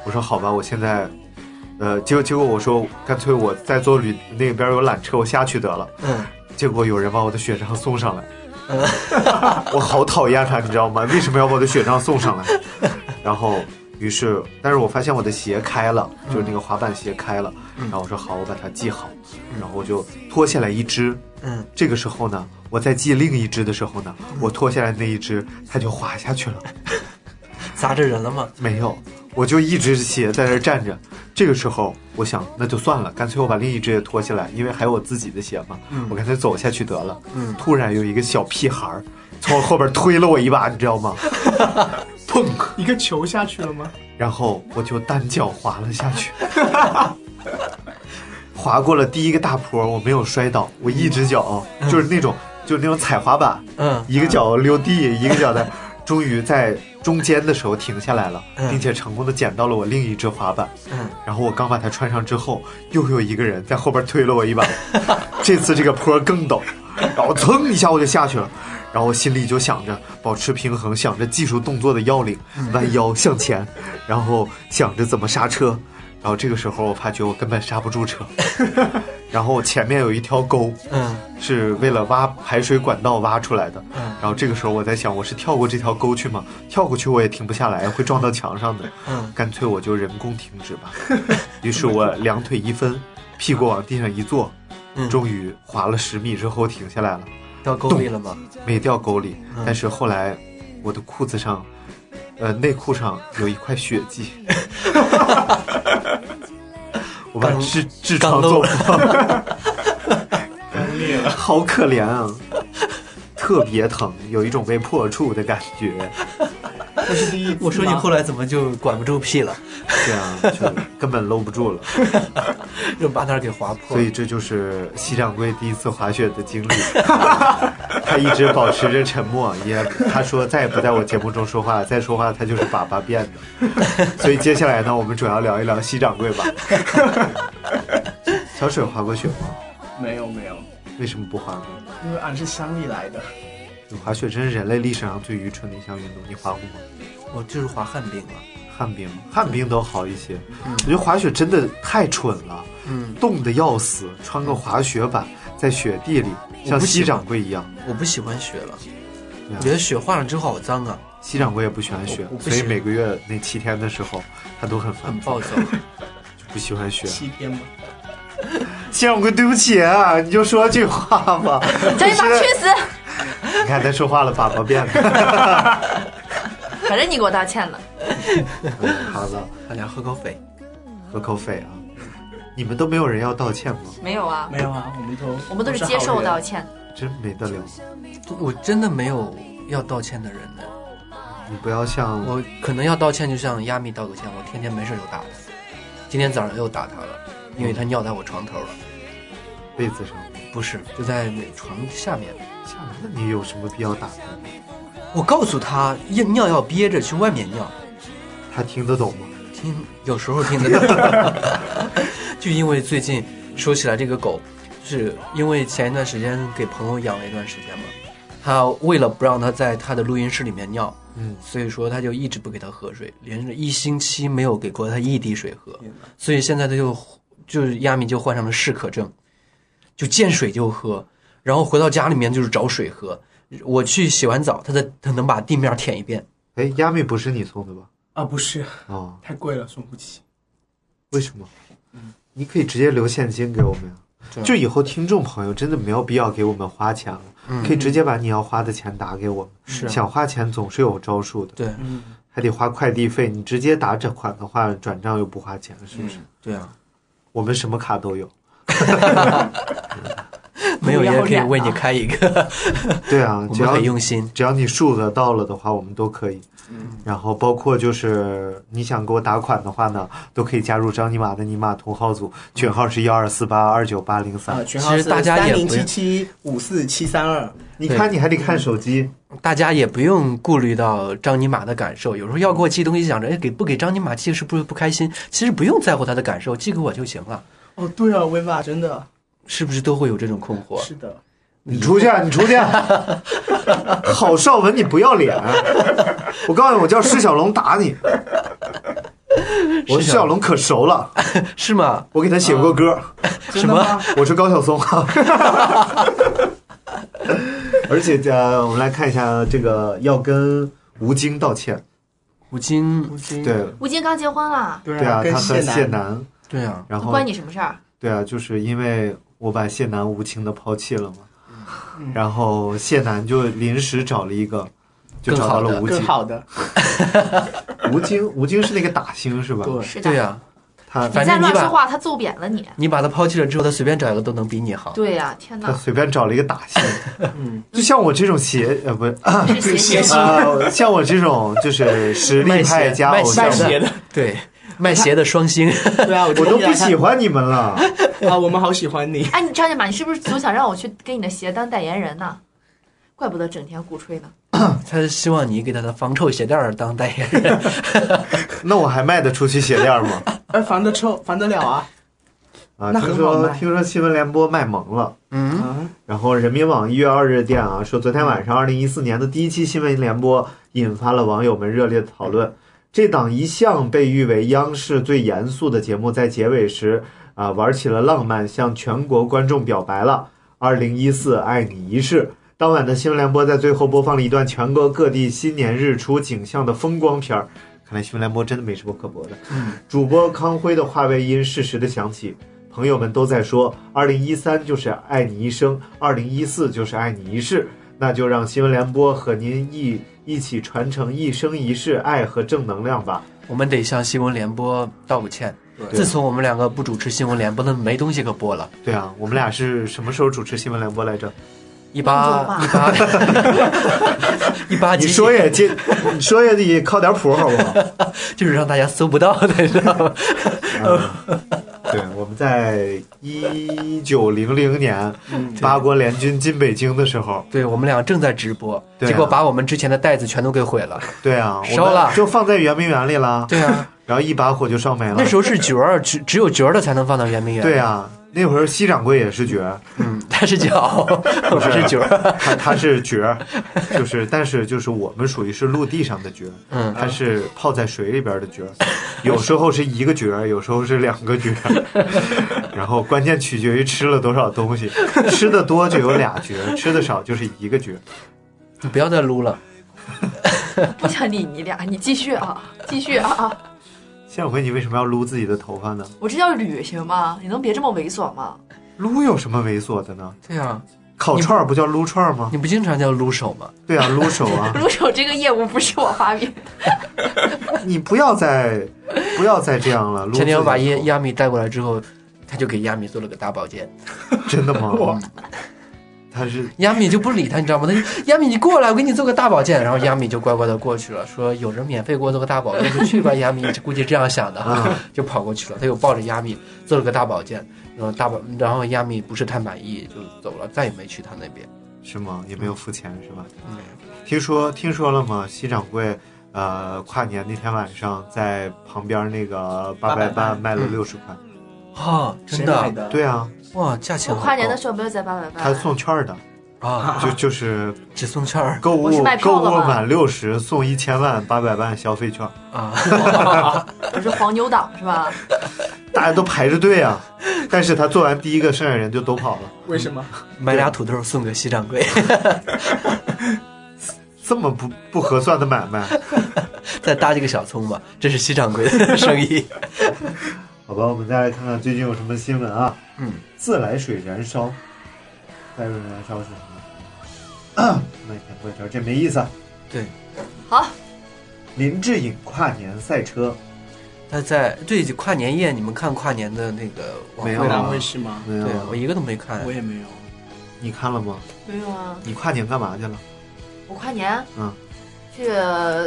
Speaker 1: 我说好吧，我现在。呃，结果结果我说，干脆我再坐旅那边有缆车，我下去得了。
Speaker 6: 嗯，
Speaker 1: 结果有人把我的雪杖送上来，我好讨厌他，你知道吗？为什么要把我的雪杖送上来？然后于是，但是我发现我的鞋开了，
Speaker 6: 嗯
Speaker 1: 就是那个滑板鞋开了。然后我说好，我把它系好，然后我就脱下来一只。
Speaker 6: 嗯，
Speaker 1: 这个时候呢，我在系另一只的时候呢，我脱下来那一只它就滑下 去了。
Speaker 6: 砸着人了吗？
Speaker 1: 没有，我就一只鞋在那儿站着。这个时候，我想那就算了，干脆我把另一只也脱下来，因为还有我自己的鞋嘛。我干脆走下去得了。
Speaker 6: 嗯
Speaker 1: 突然有一个小屁孩儿从我后边推了我一把，你知道 吗？砰！
Speaker 3: 一个球下去了吗？
Speaker 1: 然后我就单脚滑了下去， 滑过了第一个大坡，我没有摔倒，我一只脚就是那种就是那种踩滑板，
Speaker 6: 嗯，
Speaker 1: 一个脚溜地，一个脚在，终于在中间的时候停下来了，
Speaker 6: 嗯
Speaker 1: 并且成功的捡到了我另一只滑板。
Speaker 6: 嗯，
Speaker 1: 然后我刚把它穿上之后，又有一个人在后边推了我一把， 这次这个坡更陡，然后噌一下我就下去了。然后我心里就想着保持平衡，想着技术动作的要领，弯腰向前，然后想着怎么刹车。然后这个时候我发觉我根本刹不住 车，然后前面有一条沟，
Speaker 6: 嗯，
Speaker 1: 是为了挖排水管道挖出来的。
Speaker 6: 嗯
Speaker 1: 然后这个时候我在想，我是跳过这条沟去吗？跳过去我也停不下来，会撞到墙上的。
Speaker 6: 嗯，
Speaker 1: 干脆我就人工停止 吧。于是我两腿一分，屁股往地上一坐，
Speaker 6: 嗯
Speaker 1: 终于滑了十米之后停下来了，
Speaker 6: 掉沟里了吗？
Speaker 1: 没掉沟里
Speaker 6: 嗯。
Speaker 1: 但是后来我的裤子上，呃，内裤上有一块血迹。我把
Speaker 6: 刚
Speaker 1: 痔痔
Speaker 6: 刚
Speaker 1: 疮
Speaker 6: 漏
Speaker 1: 做破， 好可怜啊，特别疼，有一种被破处的感觉。
Speaker 3: 这是第一次。
Speaker 6: 我说你后来怎么就管不住屁了，
Speaker 1: 这样就根本搂不住了。
Speaker 6: 就把那儿给划破
Speaker 1: 所。以这就是西掌柜第一次滑雪的经历。 他一直保持着沉默，也他说再也不在我节目中说话，再说话他就是粑粑变的。所以接下来呢，我们主要聊一聊西掌柜吧。 小水滑过雪吗？
Speaker 3: 没有没有，
Speaker 1: 为什么不滑呢？
Speaker 3: 因为俺是乡里来的，
Speaker 1: 滑雪真是人类历史上最愚蠢的一项运动，你滑过吗？
Speaker 6: 我就是滑旱冰了。啊
Speaker 1: 旱冰，旱冰都好一些。我觉得滑雪真的太蠢了，
Speaker 6: 嗯，
Speaker 1: 冻得要死，穿个滑雪板在雪地里，像西掌柜一样。
Speaker 6: 我不喜欢雪了，
Speaker 1: 对啊
Speaker 6: 我觉得雪化了之后好脏啊，
Speaker 1: 西掌柜也不喜欢雪
Speaker 6: 我我，不
Speaker 1: 所以
Speaker 6: 喜欢
Speaker 1: 每个月那七天的时候，他都很烦
Speaker 6: 很， 暴躁。
Speaker 1: 不喜欢雪。
Speaker 3: 七天嘛。
Speaker 1: 西掌柜，对不起啊， 你就说句话 吧。
Speaker 5: 张一发去死！
Speaker 1: 你看他说话了，粑粑变了。
Speaker 5: 反正你给我道歉了。
Speaker 1: 好了，
Speaker 6: 大家喝口水。
Speaker 1: 喝口水啊。你们都没有人要道歉吗？
Speaker 5: 没有啊，
Speaker 3: 没有啊，我们都
Speaker 5: 我们都是接受道。歉。
Speaker 6: 啊
Speaker 1: 真没得聊。
Speaker 6: 我真的没有要道歉的人呢，
Speaker 1: 你不要像
Speaker 6: 我可能要道歉，就像亚米道个歉，我天天没事就打他，今天早上又打他了，因为他尿在我床头了，
Speaker 1: 被子上
Speaker 6: 不是，就在那床下面。
Speaker 1: 下面，那你有什么必要打他？
Speaker 6: 我告诉他，尿尿要憋着，去外面尿。
Speaker 1: 他听得懂吗？
Speaker 6: 听有时候听得到， 就因为最近说起来这个狗，就是因为前一段时间给朋友养了一段时间嘛，他为了不让它在他的录音室里面尿，
Speaker 1: 嗯，
Speaker 6: 所以说他就一直不给它喝水，连着一星期没有给过它一滴水喝，所以现在他就就是亚米就患上了嗜渴症，就见水就喝，然后回到家里面就是找水喝。我去洗完澡，他的他能把地面舔一遍，
Speaker 1: 哎，亚米不是你送的吧？
Speaker 3: 啊，不是，
Speaker 1: 哦，
Speaker 3: 太贵了，送不起。
Speaker 1: 为什么？你可以直接留现金给我们呀、
Speaker 6: 对
Speaker 1: 就以后听众朋友真的没有必要给我们花钱了，可以直接把你要花的钱打给我们。
Speaker 6: 嗯是
Speaker 1: 想花钱总是有招数的，
Speaker 6: 对，
Speaker 3: 嗯，
Speaker 1: 还得花快递费。你直接打这款的话，转账又不花钱，是不是？
Speaker 6: 对啊，
Speaker 1: 我们什么卡都有。
Speaker 6: 没有也可以为你开一个，
Speaker 1: 对啊，
Speaker 6: 我
Speaker 1: 只
Speaker 6: 们
Speaker 1: 要
Speaker 6: 很用心。
Speaker 1: 只要你数额到了的话，我们都可以。
Speaker 6: 嗯
Speaker 1: 然后包括就是你想给我打款的话呢，都可以加入张尼玛的尼玛同号组，群号是幺二四八二九八零
Speaker 3: 啊，
Speaker 1: 三。
Speaker 3: 全号
Speaker 6: 其
Speaker 3: 是
Speaker 6: 实大家也
Speaker 3: 三零
Speaker 6: 不
Speaker 3: 七七五四七三二。
Speaker 1: 你看，你还得看手机。
Speaker 6: 大家也不用顾虑到张尼玛的感受，有时候要给我寄东西，想着哎给不给张尼玛寄是不是不开心？其实不用在乎他的感受，寄给我就行了，
Speaker 3: 哦，对啊，威爸真的
Speaker 6: 是不是都会有这种困惑？
Speaker 3: 是的，
Speaker 1: 你出去啊！你出 去啊！郝邵文，你不要脸！我告诉你，我叫施小龙打你。我施小龙可熟了，
Speaker 6: 是吗？
Speaker 1: 我给他写过歌，
Speaker 6: 什么？
Speaker 1: 我是高晓 松。而且呃，我们来看一下这个要跟吴京道歉。
Speaker 6: 吴京，啊
Speaker 3: 吴京
Speaker 1: 对
Speaker 5: 吴京刚结婚了，
Speaker 3: 对
Speaker 1: 对啊，
Speaker 3: 跟
Speaker 1: 他和谢
Speaker 3: 谢楠
Speaker 1: 楠，
Speaker 6: 对啊，
Speaker 1: 然后
Speaker 5: 关你什么事儿？
Speaker 1: 对啊，就是因为我把谢楠无情的抛弃了嘛，然后谢楠就临时找了一个，就
Speaker 6: 更
Speaker 1: 找到
Speaker 6: 好
Speaker 1: 了
Speaker 6: 的
Speaker 1: 吴
Speaker 3: 更
Speaker 1: 京。
Speaker 3: 好的，
Speaker 1: 吴京，吴京是那个打星是吧？
Speaker 3: 对
Speaker 5: 是的，
Speaker 6: 对啊，
Speaker 1: 他
Speaker 5: 你
Speaker 6: 反
Speaker 5: 再
Speaker 6: 正
Speaker 5: 乱
Speaker 6: 你
Speaker 5: 说
Speaker 6: 把
Speaker 5: 话，他揍扁了你。
Speaker 6: 你把他抛弃了之后，他随便找一个都能比你好。
Speaker 5: 对呀、天
Speaker 1: 他
Speaker 5: 哪，
Speaker 1: 随便找了一个打星， 就像我这种邪呃不是
Speaker 5: 这是邪性。
Speaker 1: 啊，像我这种就是实力
Speaker 6: 卖
Speaker 1: 派
Speaker 6: 鞋
Speaker 1: 加偶像
Speaker 6: 卖
Speaker 1: 派，
Speaker 6: 鞋
Speaker 2: 的，
Speaker 6: 对，卖鞋的双星，
Speaker 2: 对啊，我
Speaker 1: 我都
Speaker 2: 觉得
Speaker 1: 不喜欢你们了。
Speaker 2: 啊，我们好喜欢你。
Speaker 5: 哎，你张建马，你是不是总想让我去给你的鞋当代言人呢？怪不得整天鼓吹呢。
Speaker 6: 他是希望你给他的防臭鞋垫儿当代言人。
Speaker 1: 那我还卖得出去鞋垫吗？
Speaker 3: 呃
Speaker 2: 哎，防得臭，防得了啊！
Speaker 1: 啊，
Speaker 2: 那
Speaker 1: 听
Speaker 2: 很好
Speaker 1: 说
Speaker 2: 卖
Speaker 1: 听说新闻联播卖萌了。
Speaker 6: 嗯，
Speaker 2: 嗯，
Speaker 1: 然后人民网一月二日电啊，说昨天晚上二零一四年的第一期新闻联播引发了网友们热烈的讨论。这档一向被誉为央视最严肃的节目，在结尾时啊、玩起了浪漫，向全国观众表白了“二零一四爱你一世”。当晚的新闻联播在最后播放了一段全国各地新年日出景象的风光片儿。看来新闻联播真的没什么可播的。主播康辉的话外音适时的响起，朋友们都在说，二零一三就是爱你一生，二零一四就是爱你一世。那就让新闻联播和您一一起传承一生一世爱和正能量吧。
Speaker 6: 我们得向新闻联播道个歉。
Speaker 1: 对
Speaker 6: 自从我们两个不主持新闻联播，那没东西可播了。
Speaker 1: 对啊，我们俩是什么时候主持新闻联播来着？
Speaker 6: 一
Speaker 5: 吧
Speaker 6: 八一八 一八
Speaker 1: 你
Speaker 6: 几
Speaker 1: 说也这，你说也得靠点谱好不好？
Speaker 6: 就是让大家搜不到的，你知道吗？
Speaker 1: 嗯对，我们在一九零零年
Speaker 6: 嗯
Speaker 1: 八国联军进北京的时候，
Speaker 6: 对我们俩正在直播，
Speaker 1: 对啊
Speaker 6: 结果把我们之前的袋子全都给毁了。
Speaker 1: 对啊，我
Speaker 6: 烧
Speaker 1: 们
Speaker 6: 了
Speaker 1: 就放在圆明园里了，
Speaker 6: 对啊，
Speaker 1: 然后一把火就烧没了。
Speaker 6: 那时候是角儿，只只有角儿的才能放到圆明园。
Speaker 1: 对，啊，那会儿西掌柜也是角，
Speaker 6: 嗯， 他 是角，
Speaker 1: 啊
Speaker 6: 我是角儿。
Speaker 1: 他他是角， 就是但是就是我们属于是陆地上的角，
Speaker 6: 嗯
Speaker 1: 他是泡在水里边的角，有时候是一个角，有时候是两个角， 然后关键取决于吃了多少东西，吃的多就有俩角，吃的少就是一个角。
Speaker 6: 你不要再撸了，
Speaker 5: 不想理你俩，你继续啊，继续啊啊！
Speaker 1: 下回你为什么要撸自己的头发呢？
Speaker 5: 我这叫捋行吗？你能别这么猥琐吗？
Speaker 1: 撸有什么猥琐的呢？
Speaker 6: 对啊，
Speaker 1: 烤串儿不叫撸串儿吗？
Speaker 6: 你不经常叫撸手吗？
Speaker 1: 对啊，撸手啊！
Speaker 5: 撸手这个业务不是我发明的，
Speaker 1: 你不要再不要再这样了。撸
Speaker 6: 前天我把
Speaker 1: 自己的
Speaker 6: 亚
Speaker 1: 头
Speaker 6: 亚米带过来之后，他就给亚米做了个大保健，
Speaker 1: 真的 吗？他是
Speaker 6: 亚米就不理他，你知道吗？他就亚米你过来，我给你做个大保健，然后亚米就乖乖的过去了，说有人免费给我做个大保健，就去 吧，亚米估计这样想的哈，
Speaker 1: 啊，
Speaker 6: 就跑过去了，他又抱着亚米做了个大保健，然后大保，然后亚米不是太满意就走了，再也没去他那边。
Speaker 1: 是吗？也没有付钱是吧？
Speaker 6: 嗯，
Speaker 1: 听说听说了吗？西掌柜，呃，跨年那天晚上在旁边那个八嗯百伴卖了六十块。
Speaker 6: 哈、真
Speaker 3: 谁买
Speaker 6: 的
Speaker 3: 的，
Speaker 1: 对啊，
Speaker 6: 哇，价钱
Speaker 5: 我
Speaker 6: 好
Speaker 5: 跨年的
Speaker 6: 高
Speaker 5: 时候没有在八百八，
Speaker 1: 他送券的，
Speaker 6: 啊，
Speaker 1: 就哎就是
Speaker 6: 只送券儿
Speaker 1: 购
Speaker 5: 我
Speaker 1: 物
Speaker 5: 是卖票
Speaker 1: 购
Speaker 5: 了
Speaker 1: 物
Speaker 5: 吧
Speaker 1: 满六十送一千万八百万消费券，
Speaker 6: 啊，
Speaker 5: 我是黄牛党是吧？
Speaker 1: 大家都排着队 啊。但是他做完第一个，剩下人就都跑了。
Speaker 3: 为什么？
Speaker 6: 买俩土豆送给西掌柜，
Speaker 1: 这么不不合算的买卖，
Speaker 6: 再搭一个小葱吧，这是西掌柜的生意。
Speaker 1: 好吧，我们再来看看最近有什么新闻啊。
Speaker 6: 嗯，
Speaker 1: 自来水燃烧，自来水燃烧是什么？ 那天不会这这没意思啊。
Speaker 6: 对，
Speaker 5: 好，
Speaker 1: 林志颖跨年赛车，
Speaker 6: 他在对跨年夜，你们看跨年的那个晚
Speaker 1: 没有
Speaker 6: 会
Speaker 3: 会
Speaker 6: 吗
Speaker 3: 南卫视吗？
Speaker 1: 没
Speaker 6: 啊对啊，我
Speaker 1: 有，
Speaker 6: 一个都没看
Speaker 3: 哦我。也没有。
Speaker 1: 哎你看了吗？
Speaker 5: 没有啊，
Speaker 1: 你跨年干嘛去 了？
Speaker 5: 我跨年
Speaker 1: 嗯，
Speaker 5: 去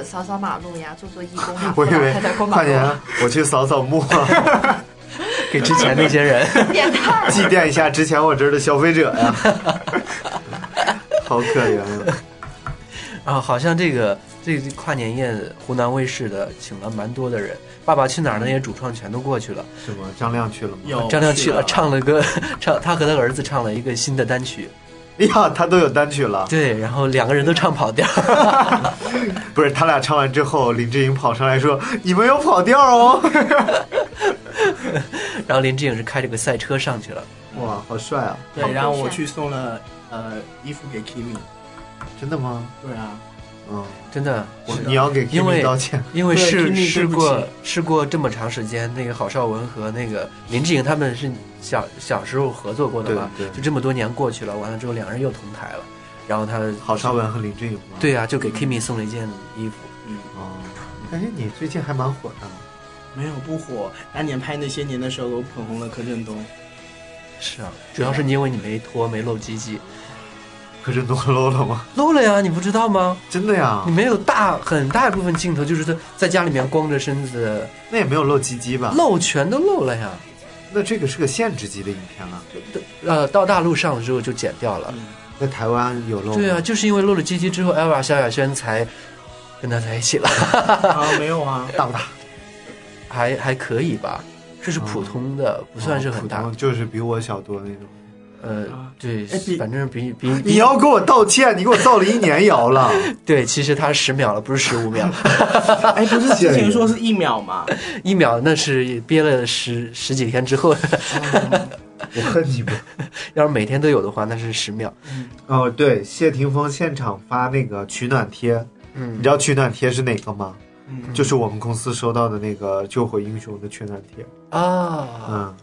Speaker 5: 扫扫马路呀，做做义工 呀，
Speaker 1: 我以为
Speaker 5: 太太过马
Speaker 1: 跨
Speaker 5: 路，
Speaker 1: 年我去扫扫墓，啊
Speaker 6: 给之前那些人，
Speaker 5: 变态。
Speaker 1: 祭奠一下之前我这儿的消费者呀。好可怜啊！
Speaker 6: 啊，好像这个这个跨年夜，湖南卫视的请了蛮多的人，《爸爸去哪儿》那些主创全都过去了。
Speaker 1: 什么？张亮去了吗？
Speaker 3: 有
Speaker 6: 张亮去了，
Speaker 3: 哦是的啊
Speaker 6: 唱了个唱，他和他儿子唱了一个新的单曲，
Speaker 1: 哎呀，他都有单曲
Speaker 3: 啊
Speaker 1: 了。
Speaker 6: 对，然后两个人都唱跑调。
Speaker 1: 不是，他俩唱完之后，林志颖跑上来说：“你们有跑调 哦！”
Speaker 6: 然后林志颖是开着个赛车上去了，
Speaker 1: 哇，好帅啊！
Speaker 5: 好
Speaker 3: 对，然后
Speaker 5: 酷
Speaker 3: 我
Speaker 5: 炫
Speaker 3: 去送了呃衣服给 Kimi。
Speaker 1: 真的吗？
Speaker 3: 对啊，
Speaker 1: 嗯，
Speaker 6: 真的，我
Speaker 1: 你要给
Speaker 6: 因
Speaker 1: Kimi
Speaker 6: 为
Speaker 1: 道歉。
Speaker 6: 因为
Speaker 3: 对
Speaker 6: 试
Speaker 3: Kimi，
Speaker 6: 试
Speaker 3: 对不
Speaker 6: 过
Speaker 3: 起
Speaker 6: 试过这么长时间，那个郝邵文和那个林志颖他们是小小时候合作过的嘛，
Speaker 1: 对对
Speaker 6: 就这么多年过去了，完了之后两人又同台了，然后他
Speaker 1: 郝邵文和林志颖吗？，
Speaker 6: 对啊，就给 Kimi 送了一件衣服，
Speaker 1: 哦，感觉你最近还蛮火的。
Speaker 3: 没有不火，当年拍那些年的时候，我捧红了柯震东。
Speaker 6: 是啊，主要是因为你没脱没露鸡鸡，
Speaker 1: 可是多露了吗？
Speaker 6: 露了呀，你不知道吗？
Speaker 1: 真的呀
Speaker 6: 你，没有大很大一部分镜头就是他在家里面光着身子
Speaker 1: 那也没有露鸡鸡吧？
Speaker 6: 露，全都露了呀。
Speaker 1: 那这个是个限制级的影片了。
Speaker 6: 呃，到大陆上了之后就剪掉了。
Speaker 1: 在台湾有露吗？
Speaker 6: 对啊，就是因为露了鸡鸡之后，艾娃萧亚轩才跟他在一起了，
Speaker 3: 啊，没有啊，
Speaker 1: 大不大？
Speaker 6: 还还可以吧，就是普通的，不算是很
Speaker 1: 哦
Speaker 6: 大
Speaker 1: 普。通就是比我小多那种。
Speaker 6: 呃，对
Speaker 3: 哎比，
Speaker 6: 反正比比
Speaker 1: 你要给我道歉，你给我道了一年谣了。
Speaker 6: 对，其实他十秒了，不是十五秒，
Speaker 3: 哎，不是之前说是一秒嘛？
Speaker 6: 一秒那是憋了十十几天之后，
Speaker 1: 我恨你们。
Speaker 6: 要是每天都有的话，那是十秒。
Speaker 1: 哦，对，谢霆锋现场发那个取暖贴，你
Speaker 6: 嗯
Speaker 1: 知，道取暖贴是哪个吗？
Speaker 3: 嗯，
Speaker 1: 就是我们公司收到的那个《救火英雄》的取暖贴。
Speaker 6: 啊，
Speaker 1: 嗯，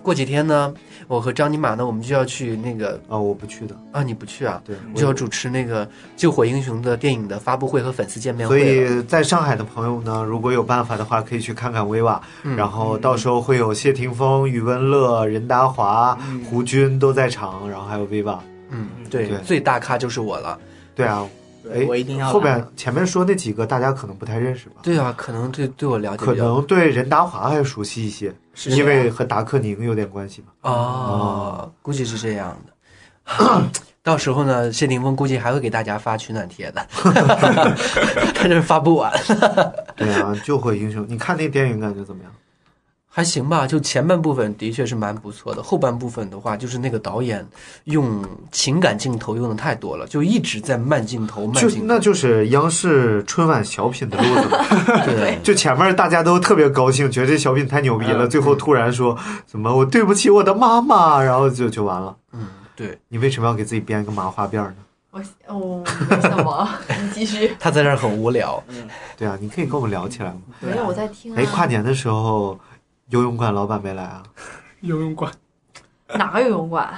Speaker 6: 过几天呢，我和张尼玛呢，我们就要去那个
Speaker 1: 哦，我不去的。
Speaker 6: 啊，你不去啊？
Speaker 1: 对，
Speaker 6: 就要主持那个《救火英雄》的电影的发布会和粉丝见面
Speaker 1: 所
Speaker 6: 会了。
Speaker 1: 以在上海的朋友呢，如果有办法的话，可以去看看威瓦。
Speaker 3: 嗯
Speaker 1: 然后到时候会有谢霆锋、余文乐、任达华、
Speaker 3: 嗯
Speaker 1: 胡军都在场，然后还有威瓦。
Speaker 6: 嗯，对，
Speaker 1: 对
Speaker 6: 最大咖就是我了。
Speaker 1: 对啊，哎，
Speaker 3: 我一定要
Speaker 1: 后边前面说那几个大家可能不太认识吧？
Speaker 6: 对啊，可能对对我了解
Speaker 1: 可
Speaker 6: 比较
Speaker 1: 能对任达华还熟悉一些，
Speaker 3: 是
Speaker 1: 因为和达克宁有点关系吧。嗯
Speaker 6: 哦，啊估计是这样的。 到时候呢，谢霆锋估计还会给大家发取暖贴 的， 但是发不完，
Speaker 1: 对 啊，救火英雄，你看那电影感觉怎么样？
Speaker 6: 还行吧。就前半部分的确是蛮不错的，后半部分的话，就是那个导演用情感镜头用的太多了，就一直在慢镜头、慢
Speaker 1: 就
Speaker 6: 镜头。
Speaker 1: 那就是央视春晚小品的路子嘛。
Speaker 6: 对，
Speaker 1: 就前面大家都特别高兴，觉得这小品太牛逼了，最后突然说怎么我对不起我的妈妈，然后就就完了。
Speaker 6: 嗯，对，
Speaker 1: 你为什么要给自己编一个麻花辫儿呢？
Speaker 5: 我哦，没什么， 你继续。
Speaker 6: 他在这儿很无聊。
Speaker 1: 对啊，你可以跟我们聊起来嘛。
Speaker 5: 没有，我在听
Speaker 1: 哎，跨
Speaker 5: 啊。
Speaker 1: 年的时候，游泳馆老板没来啊？
Speaker 3: 游泳馆。
Speaker 5: 哪个游泳馆？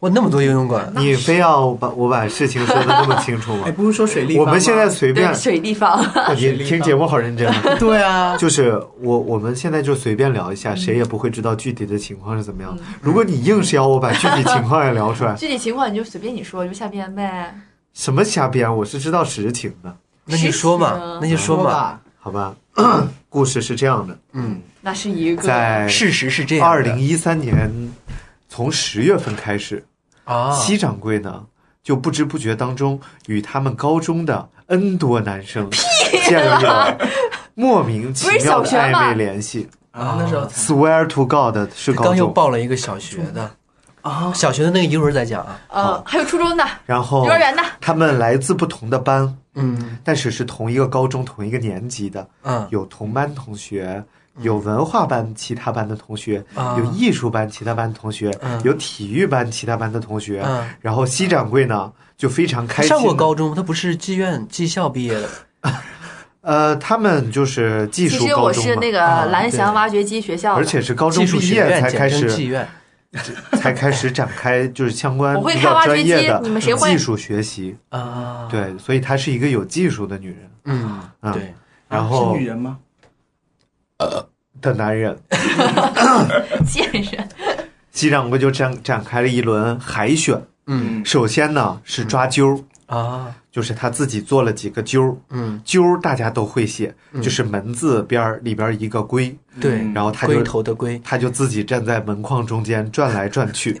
Speaker 6: 哇，那么多游泳 馆，
Speaker 1: 你非要把我把事情说的那么清楚吗
Speaker 3: 哎，？不是说水立方
Speaker 1: 我
Speaker 3: 吗
Speaker 1: 们现在随便 呃
Speaker 5: 对，，水立方。
Speaker 1: 你听节目好认真啊。
Speaker 3: 对啊，
Speaker 1: 就是我我们现在就随便聊一下，谁也不会知道具体的情况是怎么样。如果你硬是要我把具体情况也聊出来，
Speaker 5: 具体情况你就随便你说，就下边呗。
Speaker 1: 什么瞎编，我是知道实情的，
Speaker 6: 那你说
Speaker 5: 实习
Speaker 6: 嘛
Speaker 5: 呢，
Speaker 6: 那就说嘛。
Speaker 3: 吧，
Speaker 1: 好吧？ 故事是这样的，
Speaker 6: 嗯，
Speaker 5: 那是一个
Speaker 1: 在
Speaker 6: 事实是这样的。
Speaker 1: 二零一三年从十月份开始，
Speaker 6: 啊，
Speaker 1: 西掌柜呢就不知不觉当中与他们高中的 N 多男生建立了莫名其妙
Speaker 5: 啊不
Speaker 1: 的
Speaker 5: 是小学吗
Speaker 1: 暧昧联系。
Speaker 3: 啊，那时候
Speaker 1: Swear to God 是高
Speaker 6: 刚又
Speaker 1: 中，
Speaker 6: 报了一个小学的啊，小学的那个一会儿再讲啊。
Speaker 5: 呃，还有初中的、
Speaker 1: 然后
Speaker 5: 幼儿园的，
Speaker 1: 他们来自不同的班，
Speaker 6: 嗯
Speaker 1: 但是是同一个高中、同一个年级的，
Speaker 6: 嗯
Speaker 1: 有同班同学，有文化班其他班的同学，
Speaker 6: 啊
Speaker 1: 有艺术班其他班同学，
Speaker 6: 嗯
Speaker 1: 有体育班其他班的同学。
Speaker 6: 嗯，
Speaker 1: 然后西掌柜呢就非常
Speaker 6: 他
Speaker 1: 开心，
Speaker 6: 上过高，中，他不是技院技校毕业的。
Speaker 1: 呃，他们就是技
Speaker 5: 其
Speaker 1: 术
Speaker 5: 实
Speaker 1: 高
Speaker 5: 我
Speaker 1: 中
Speaker 5: 是
Speaker 1: 嘛啊
Speaker 5: 那个蓝翔挖掘机学校的，
Speaker 1: 而且是高中
Speaker 6: 技术
Speaker 1: 毕
Speaker 6: 学
Speaker 1: 业
Speaker 6: 院，
Speaker 1: 才开
Speaker 6: 简称技
Speaker 1: 始
Speaker 6: 院。
Speaker 1: 才开始展开就是相关
Speaker 5: 我会
Speaker 1: 比
Speaker 5: 开
Speaker 1: 较
Speaker 5: 挖掘
Speaker 1: 专业
Speaker 5: 机
Speaker 1: 的
Speaker 5: 你们谁会
Speaker 1: 技术学习，
Speaker 6: 啊，，
Speaker 1: 对，所以她是一个有技术的女人，
Speaker 6: 嗯，
Speaker 1: 嗯
Speaker 6: 对，
Speaker 1: 然后
Speaker 3: 啊是女人吗？
Speaker 1: 的男人，
Speaker 5: 贱 人，
Speaker 1: 西掌柜就展展开了一轮海选。
Speaker 6: 嗯
Speaker 1: 首先呢是抓阄儿，
Speaker 6: 啊，
Speaker 1: 就是他自己做了几个阄儿，
Speaker 6: 嗯，
Speaker 1: 阄儿大家都会写，就是门字边儿里边儿一个龟，
Speaker 6: 对，
Speaker 1: 然后他
Speaker 6: 嗯龟
Speaker 1: 就
Speaker 6: 头的龟，
Speaker 1: 他就自己站在门框中间转来转 去，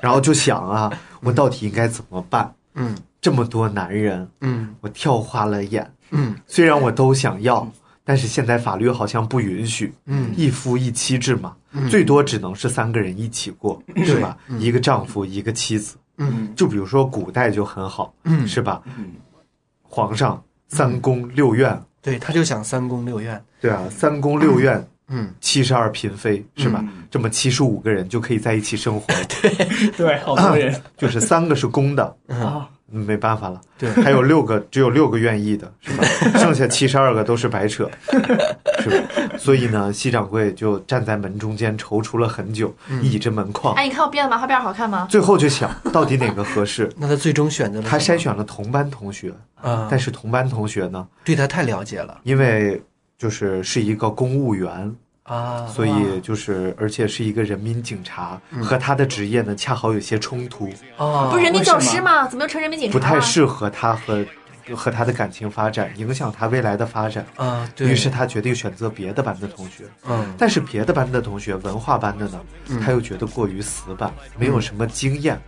Speaker 1: 然后就想啊，我到底应该怎么办？
Speaker 6: 嗯
Speaker 1: 这么多男人，
Speaker 6: 嗯
Speaker 1: 我跳花了眼，
Speaker 6: 嗯
Speaker 1: 虽然我都想要，但是现在法律好像不允许，
Speaker 6: 嗯，
Speaker 1: 一夫一妻制嘛，最多只能是三个人一起过，是吧？一个丈夫，一个妻子。
Speaker 6: 嗯，
Speaker 1: 就比如说古代就很好，
Speaker 6: 嗯
Speaker 1: 是吧？
Speaker 3: 嗯
Speaker 1: 皇上三宫六院，
Speaker 6: 对，他就想三宫六院。
Speaker 1: 对啊，三宫六院
Speaker 6: 嗯，
Speaker 1: 七十二嫔妃，是吧？这么七十五个人就可以在一起生活，
Speaker 3: 对，好多人
Speaker 1: 就是三个是公的，
Speaker 3: 啊，
Speaker 1: 嗯没办法了，
Speaker 6: 对。
Speaker 1: 还有六个，只有六个愿意的，是吧？剩下七十二个都是白扯，是吧？所以呢，西掌柜就站在门中间踌躇了很久，倚着门框，
Speaker 5: 哎，你看我编的麻花辫好看吗？
Speaker 1: 最后就想到底哪个合适
Speaker 6: 那他最终选择了
Speaker 1: 他
Speaker 6: 什
Speaker 1: 筛
Speaker 6: 么
Speaker 1: 选嗯了同班同学，
Speaker 6: 嗯啊，
Speaker 1: 但是同班同学呢，
Speaker 6: 对他太了解了
Speaker 1: 因为就是是一个公务员，
Speaker 6: 啊，嗯
Speaker 1: 所以就是而且是一个人民警察，和他的职业呢恰好有些冲突，
Speaker 6: 啊，
Speaker 5: 不是人民
Speaker 3: 哦为什
Speaker 5: 教
Speaker 3: 么
Speaker 5: 师吗？怎么又成人民警
Speaker 1: 不
Speaker 5: 察了？
Speaker 1: 太适合他和和他的感情发展，影响他未来的发展。
Speaker 6: 啊，对，
Speaker 1: 于是他决定选择别的班的同学，
Speaker 6: 嗯
Speaker 1: 但是别的班的同学，文化班的呢，他又觉得过于死板，没有什么经验，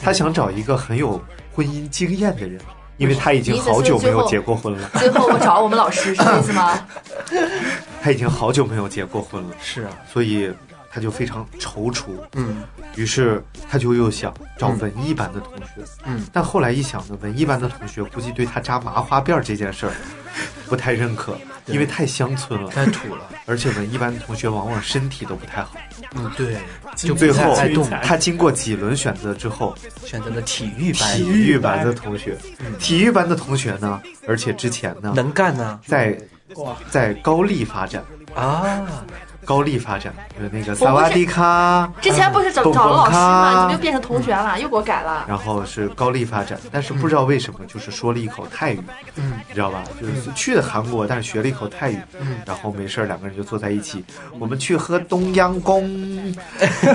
Speaker 1: 他想找一个很有婚姻经验的人，因为他已经好久没有结过婚了，
Speaker 5: 最后我找我们老师是这意 思吗？
Speaker 1: 他已经好久没有结过婚了，
Speaker 6: 是啊，
Speaker 1: 所以他就非常踌躇，
Speaker 6: 嗯
Speaker 1: 于是他就又想找文艺班的同学，
Speaker 6: 嗯，
Speaker 1: 但后来一想呢，文艺班的同学估计对他扎麻花辫儿这件事儿 不太认可，因为太乡村了，
Speaker 6: 太土了，
Speaker 1: 而且文艺班的同学往往身体都不太好。
Speaker 6: 嗯对，就
Speaker 1: 最后
Speaker 6: 太动了，
Speaker 1: 他经过几轮选择之后，
Speaker 6: 选择了 体育班，嗯
Speaker 1: 体育班的同学，体育班的同学呢，而且之前呢，
Speaker 6: 能干啊呢
Speaker 1: 在在高丽发展，
Speaker 6: 啊，
Speaker 1: 高丽发展就是那个萨瓦迪卡，
Speaker 5: 之前不是找
Speaker 1: 蹦蹦
Speaker 5: 找了老师
Speaker 1: 咔
Speaker 5: 吗？你怎么又变成同学了？又给我改了。
Speaker 1: 然后是高丽发展，但是不知道为什么就是说了一口泰语，
Speaker 6: 嗯
Speaker 1: 你知道吧？就是去了韩国，但是学了一口泰语，然后没事儿两个人就坐在一起，我们去喝东阳宫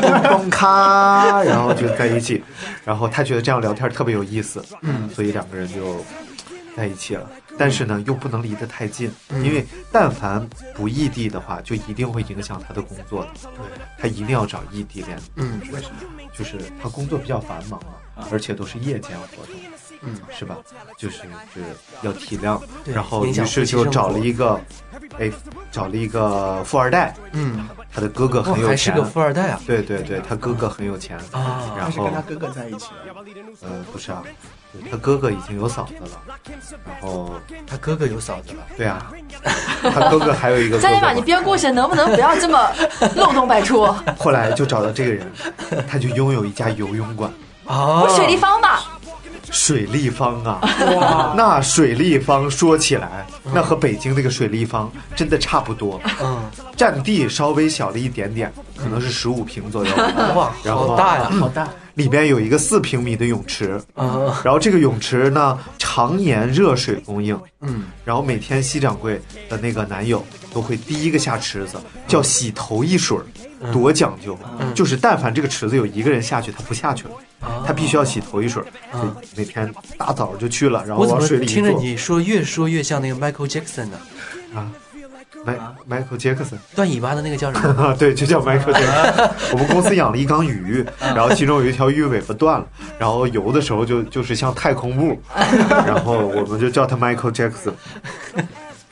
Speaker 1: 东东咖，然后就在一起，然后他觉得这样聊天特别有意思，嗯，所以两个人就在一起了。但是呢，又不能离得太近，因为但凡不异地的话，就一定会影响他的工作的。他一定要找异地恋，
Speaker 6: 嗯
Speaker 1: 为什么？就是他工作比较繁忙嘛，而且都是夜间活动，
Speaker 6: 啊嗯，
Speaker 1: 是吧？就是就是要体谅，
Speaker 6: 对
Speaker 1: 然后
Speaker 6: 影响
Speaker 1: 于是
Speaker 6: 夫妻
Speaker 1: 就
Speaker 6: 生活
Speaker 1: 找了一个，哎，找了一个富二代，
Speaker 6: 嗯，
Speaker 1: 他的哥哥
Speaker 6: 哇
Speaker 1: 很，有
Speaker 6: 还是
Speaker 1: 钱
Speaker 6: 个，富二代啊
Speaker 1: 对对对，他哥哥很有钱，
Speaker 6: 啊
Speaker 1: 然
Speaker 3: 他是
Speaker 1: 后
Speaker 3: 跟他哥哥在一起的，
Speaker 1: 呃不是啊，就是他哥哥已经有嫂子了，然后
Speaker 6: 他哥哥有嫂子了，
Speaker 1: 对 啊，他哥哥还有一个哥
Speaker 5: 佳
Speaker 1: 哥
Speaker 5: 音吧，
Speaker 1: 嘛
Speaker 5: 你编故事能不能不要这么漏洞 百出？
Speaker 1: 后来就找到这个人，他就拥有一家游泳馆。
Speaker 6: 啊，
Speaker 5: 我
Speaker 1: 哦
Speaker 5: 水立方吧，
Speaker 1: 水立方啊，那水立方说起来，那和北京那个水立方真的差不多，
Speaker 6: 嗯，
Speaker 1: 占地稍微小了一点点，可能是十五平左右，
Speaker 6: 哇，
Speaker 1: 然后
Speaker 6: 好大呀，
Speaker 3: 好大，
Speaker 1: 里边有一个四平米的泳池，
Speaker 6: 嗯
Speaker 1: 然后这个泳池呢常年热水供应，
Speaker 6: 嗯，
Speaker 1: 然后每天西掌柜的那个男友都会第一个下池子，
Speaker 6: 嗯
Speaker 1: 叫洗头一水儿，多讲究，就是但凡这个池子有一个人下去，他不下去了。
Speaker 6: 啊
Speaker 1: 他必须要洗头一水儿，所以每天大早就去了，然后
Speaker 6: 我怎
Speaker 1: 往
Speaker 6: 么
Speaker 1: 水里一
Speaker 6: 听着
Speaker 1: 坐。
Speaker 6: 你说越说越像那个 Michael Jackson 呢？
Speaker 1: 迈
Speaker 6: 啊
Speaker 1: Michael Jackson
Speaker 6: 断尾巴的那个叫什 么？
Speaker 1: 啊，对，就叫 Michael Jackson。我们公司养了一缸鱼，
Speaker 6: 嗯
Speaker 1: 然后其中有一条鱼尾巴断了，然后游的时候就就是像太空步， 然后我们就叫他 Michael Jackson。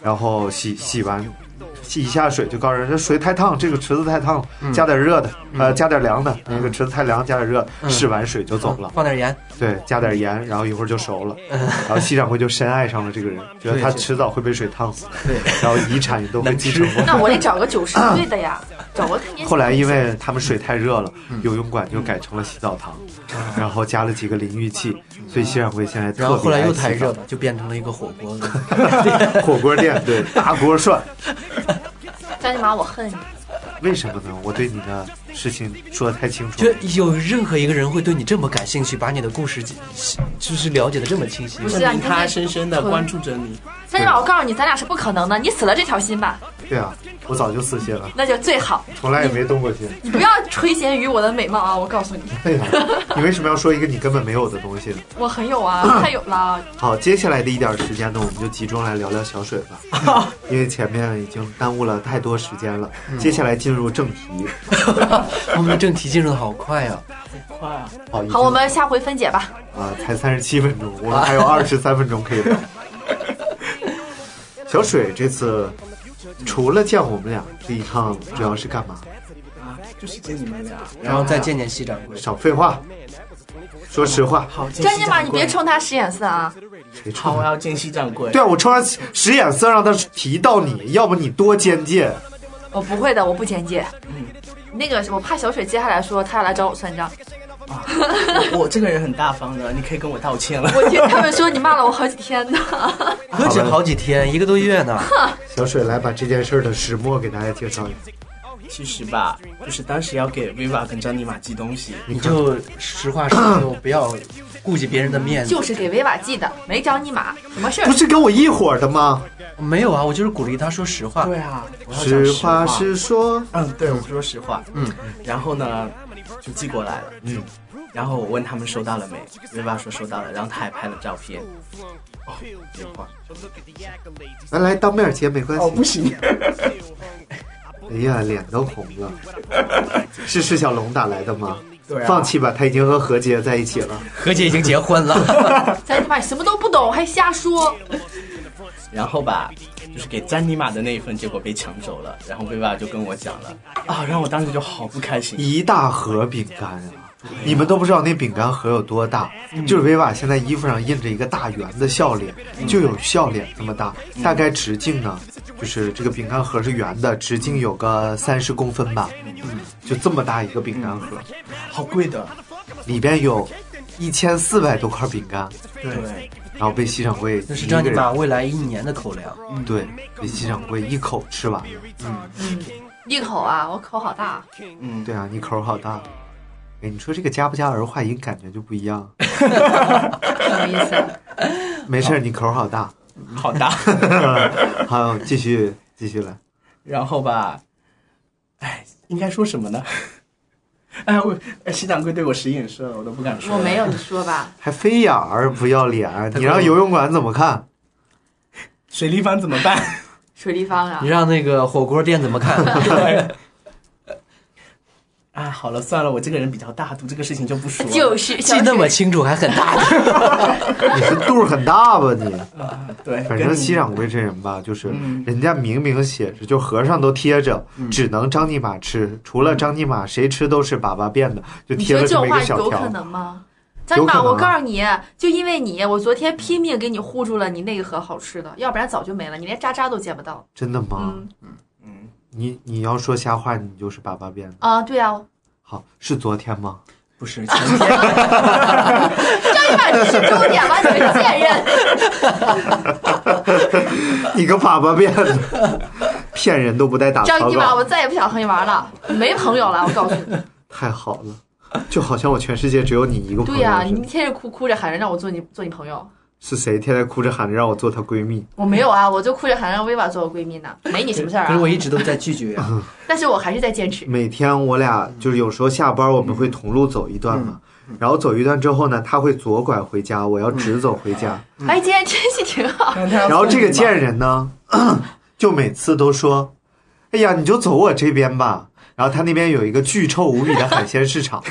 Speaker 1: 然后洗洗完，洗一下水就告诉人这水太烫，这个池子太烫了，
Speaker 6: 嗯
Speaker 1: 加点热的，呃，加点凉的，那个池子太凉，加点热，
Speaker 6: 嗯
Speaker 1: 试完水就走了。
Speaker 6: 放点盐，
Speaker 1: 对，加点盐，然后一会儿就熟了。
Speaker 6: 嗯
Speaker 1: 然后西掌柜就深爱上了这个人，觉得他迟早会被水烫死，
Speaker 6: 对，
Speaker 1: 然后遗产也都会
Speaker 6: 能
Speaker 1: 继
Speaker 6: 吃
Speaker 1: 承过来。
Speaker 5: 那我得找个九十岁 的呀，找个看年
Speaker 1: 后
Speaker 5: 轻。
Speaker 1: 来因为他们水太热了，
Speaker 5: 嗯
Speaker 1: 游泳馆就改成了洗澡堂，然后加了几个淋浴器，所以西掌柜现在特别
Speaker 6: 然后后来又
Speaker 1: 爱洗澡
Speaker 6: 太热了，就变成了一个火锅了。
Speaker 5: 嗯
Speaker 1: 火锅 店对大锅涮，
Speaker 5: 佳音妈，我恨你。
Speaker 1: 为什么呢？我对你的事情说的太清楚
Speaker 6: 就
Speaker 1: 了。
Speaker 6: 有任何一个人会对你这么感兴趣，把你的故事记就是了解的这么清晰吗？
Speaker 5: 不是啊你看
Speaker 3: 他
Speaker 5: 那
Speaker 3: 深深的
Speaker 5: 臀
Speaker 3: 关注着你，
Speaker 5: 佳音妈，我告诉你，咱俩是不可能的。你死了这条心吧，
Speaker 1: 对啊，我早就死心了，
Speaker 5: 那就最好。
Speaker 1: 从来也没动过心。
Speaker 5: 你不要垂涎于我的美貌啊！我告诉你，
Speaker 1: 对 呀、你为什么要说一个你根本没有的东西呢？
Speaker 5: 我很 有啊，太有了。
Speaker 1: 好，接下来的一点时间呢，我们就集中来聊聊小水 吧，因为前面已经耽误了太多时间了。
Speaker 5: 嗯
Speaker 1: 接下来进入正 题，
Speaker 6: 我们的正题进入的好快啊！
Speaker 1: 哦好，已经
Speaker 5: 好，我们下回分解吧。
Speaker 1: 啊、才三十七分钟，我们还有二十三分钟可以聊。 小水这次除了见我们俩这一趟，主要是干嘛？
Speaker 3: 就是见你们俩，
Speaker 6: 然后再见见西掌柜，
Speaker 1: 少废话，说实话，
Speaker 3: 好，见
Speaker 5: 佳
Speaker 3: 西
Speaker 5: 音妈，
Speaker 3: 掌
Speaker 5: 你别
Speaker 3: 柜，
Speaker 5: 冲他使眼色啊！
Speaker 1: 谁
Speaker 3: 好，
Speaker 1: 冲
Speaker 3: 我？要见西掌柜，
Speaker 1: 对啊，我冲他使眼色让他提到你，要不你多监禁。
Speaker 5: 哦嗯 我不会的，我不简介。那个，我怕小水接下来说他要来找我算账。
Speaker 3: 啊，我我这个人很大方的，你可以跟我道歉了。
Speaker 7: 我听他们说你骂了我好几天呢。
Speaker 6: 何止好几天，一个多月呢。
Speaker 1: 小水来把这件事儿的始末给大家介绍一下。
Speaker 3: 其实吧，就是当时要给 Viva 跟张尼玛寄东西，
Speaker 6: 你就实话实说，不要顾及别人的面子。
Speaker 5: 就是给维瓦寄的，没找你码，什么事儿
Speaker 1: 不？是跟我一伙儿的吗？
Speaker 6: 没有啊，我就是鼓励他说实话。
Speaker 3: 对啊，我要讲
Speaker 1: 实话
Speaker 3: 话
Speaker 1: 实说，
Speaker 3: 嗯，对，我说实话，嗯，然后呢，就寄过来了，嗯，然后我问他们收到了没，维爸说收到了，然后他还拍了照片，哦，电话，
Speaker 1: 来来当面接没关系。
Speaker 3: 哦，不行，
Speaker 1: 哎呀，脸都红了。是释小龙打来的吗？
Speaker 3: 对啊
Speaker 1: 放弃吧，他已经和何洁在一起了。
Speaker 6: 何姐已经结婚了，
Speaker 5: 咱他妈什么都不懂，还瞎说。
Speaker 3: 然后吧，就是给詹妮玛的那一份，结果被抢走了，然后维爸就跟我讲了，啊，然后我当时就好不开心，
Speaker 1: 一大盒饼干啊！你们都不知道那饼干盒有多大，
Speaker 3: 嗯
Speaker 1: 就是维瓦现在衣服上印着一个大圆的笑脸，就有笑脸这么大，大概直径呢，就是这个饼干盒是圆的，直径有个三十公分吧，
Speaker 3: 嗯
Speaker 1: 就这么大一个饼干盒，
Speaker 3: 好贵的，
Speaker 1: 里边有一千四百多块饼干，
Speaker 3: 对，
Speaker 1: 然后被西掌柜
Speaker 6: 那是
Speaker 1: 一
Speaker 6: 张尼
Speaker 1: 个人
Speaker 6: 玛未来一年的口粮。
Speaker 1: 对，被西掌柜一口吃完了。
Speaker 5: 一口啊，我口好大。
Speaker 3: 嗯，
Speaker 1: 对啊，你口儿好大。哎，你说这个加不加儿化音感觉就不一样。
Speaker 5: 什么意思？
Speaker 1: 没事儿，你口儿好大。
Speaker 3: 好大，
Speaker 1: 好，继续继续来。
Speaker 3: 然后吧，哎，应该说什么呢？ 哎，我哎西掌柜对我使眼色了，我都不敢说。
Speaker 5: 我没有，你 说吧。
Speaker 1: 还飞眼儿不要脸，你让游泳馆怎么看？
Speaker 3: 水立方怎么办？
Speaker 5: 水立方啊
Speaker 6: 你，让那个火锅店怎么看？
Speaker 3: 对。啊，好了，算了，我这个人比较大度，这个事情就不说了。
Speaker 5: 就是
Speaker 6: 记那么清楚，还很大胆。
Speaker 1: 你是肚儿很大吧 你？
Speaker 3: 对，
Speaker 1: 反
Speaker 3: 跟
Speaker 1: 正
Speaker 3: 你
Speaker 1: 西掌柜这人吧，就是
Speaker 3: 嗯
Speaker 1: 人家明明写着，就和尚都贴着，
Speaker 5: 嗯
Speaker 1: 只能张尼玛吃，除了张尼玛谁吃都是粑粑变的，就
Speaker 5: 你
Speaker 1: 贴
Speaker 5: 说
Speaker 1: 了
Speaker 5: 这
Speaker 1: 这么
Speaker 5: 种
Speaker 1: 一
Speaker 5: 话
Speaker 1: 个小
Speaker 5: 有可
Speaker 1: 条。
Speaker 5: 能吗？张
Speaker 1: 有可
Speaker 5: 玛，
Speaker 1: 能啊
Speaker 5: 我告诉你，就因为你，我昨天拼命给你护住了你那一盒好吃的，要不然早就没了，你连渣渣都见不到。
Speaker 1: 真的吗？
Speaker 5: 嗯
Speaker 1: 你你要说瞎话，你就是粑粑变的。
Speaker 5: 啊，对啊，
Speaker 1: 好，是昨天吗？
Speaker 3: 不是前天，
Speaker 5: 张玛，你是终点吧？你 们贱
Speaker 1: 啊
Speaker 5: 人！
Speaker 1: 你个粑粑变的， 骗人都不带打
Speaker 5: 张
Speaker 1: 草
Speaker 5: 尼玛，
Speaker 1: 稿
Speaker 5: 我，再也不想和你玩了，没朋友了，我告诉你。
Speaker 1: 太好了，就好像我全世界只有你一个朋
Speaker 5: 对
Speaker 1: 友
Speaker 5: 呀、
Speaker 1: 似
Speaker 5: 你
Speaker 1: 的。
Speaker 5: 天天哭哭着喊着让我做你做你朋友，
Speaker 1: 是谁天天哭着喊着让我做她闺蜜？
Speaker 5: 我没有啊，我就哭着喊着让薇娃做我闺蜜呢，没你什么事儿
Speaker 6: 可是
Speaker 5: 啊
Speaker 6: 我。一直都在拒绝 啊。
Speaker 5: 但是我还是在坚持。
Speaker 1: 每天我俩
Speaker 5: 嗯
Speaker 1: 就是有时候下班我们会同路走一段嘛，然后走一段之后呢，他会左拐回家，我要直走回家。
Speaker 5: 哎，今天天气挺好，
Speaker 1: 然
Speaker 3: 然
Speaker 1: 后这个贱人呢， 就每次都说：“哎呀，你就走我这边吧。”然后他那边有一个巨臭无比的海鲜市场，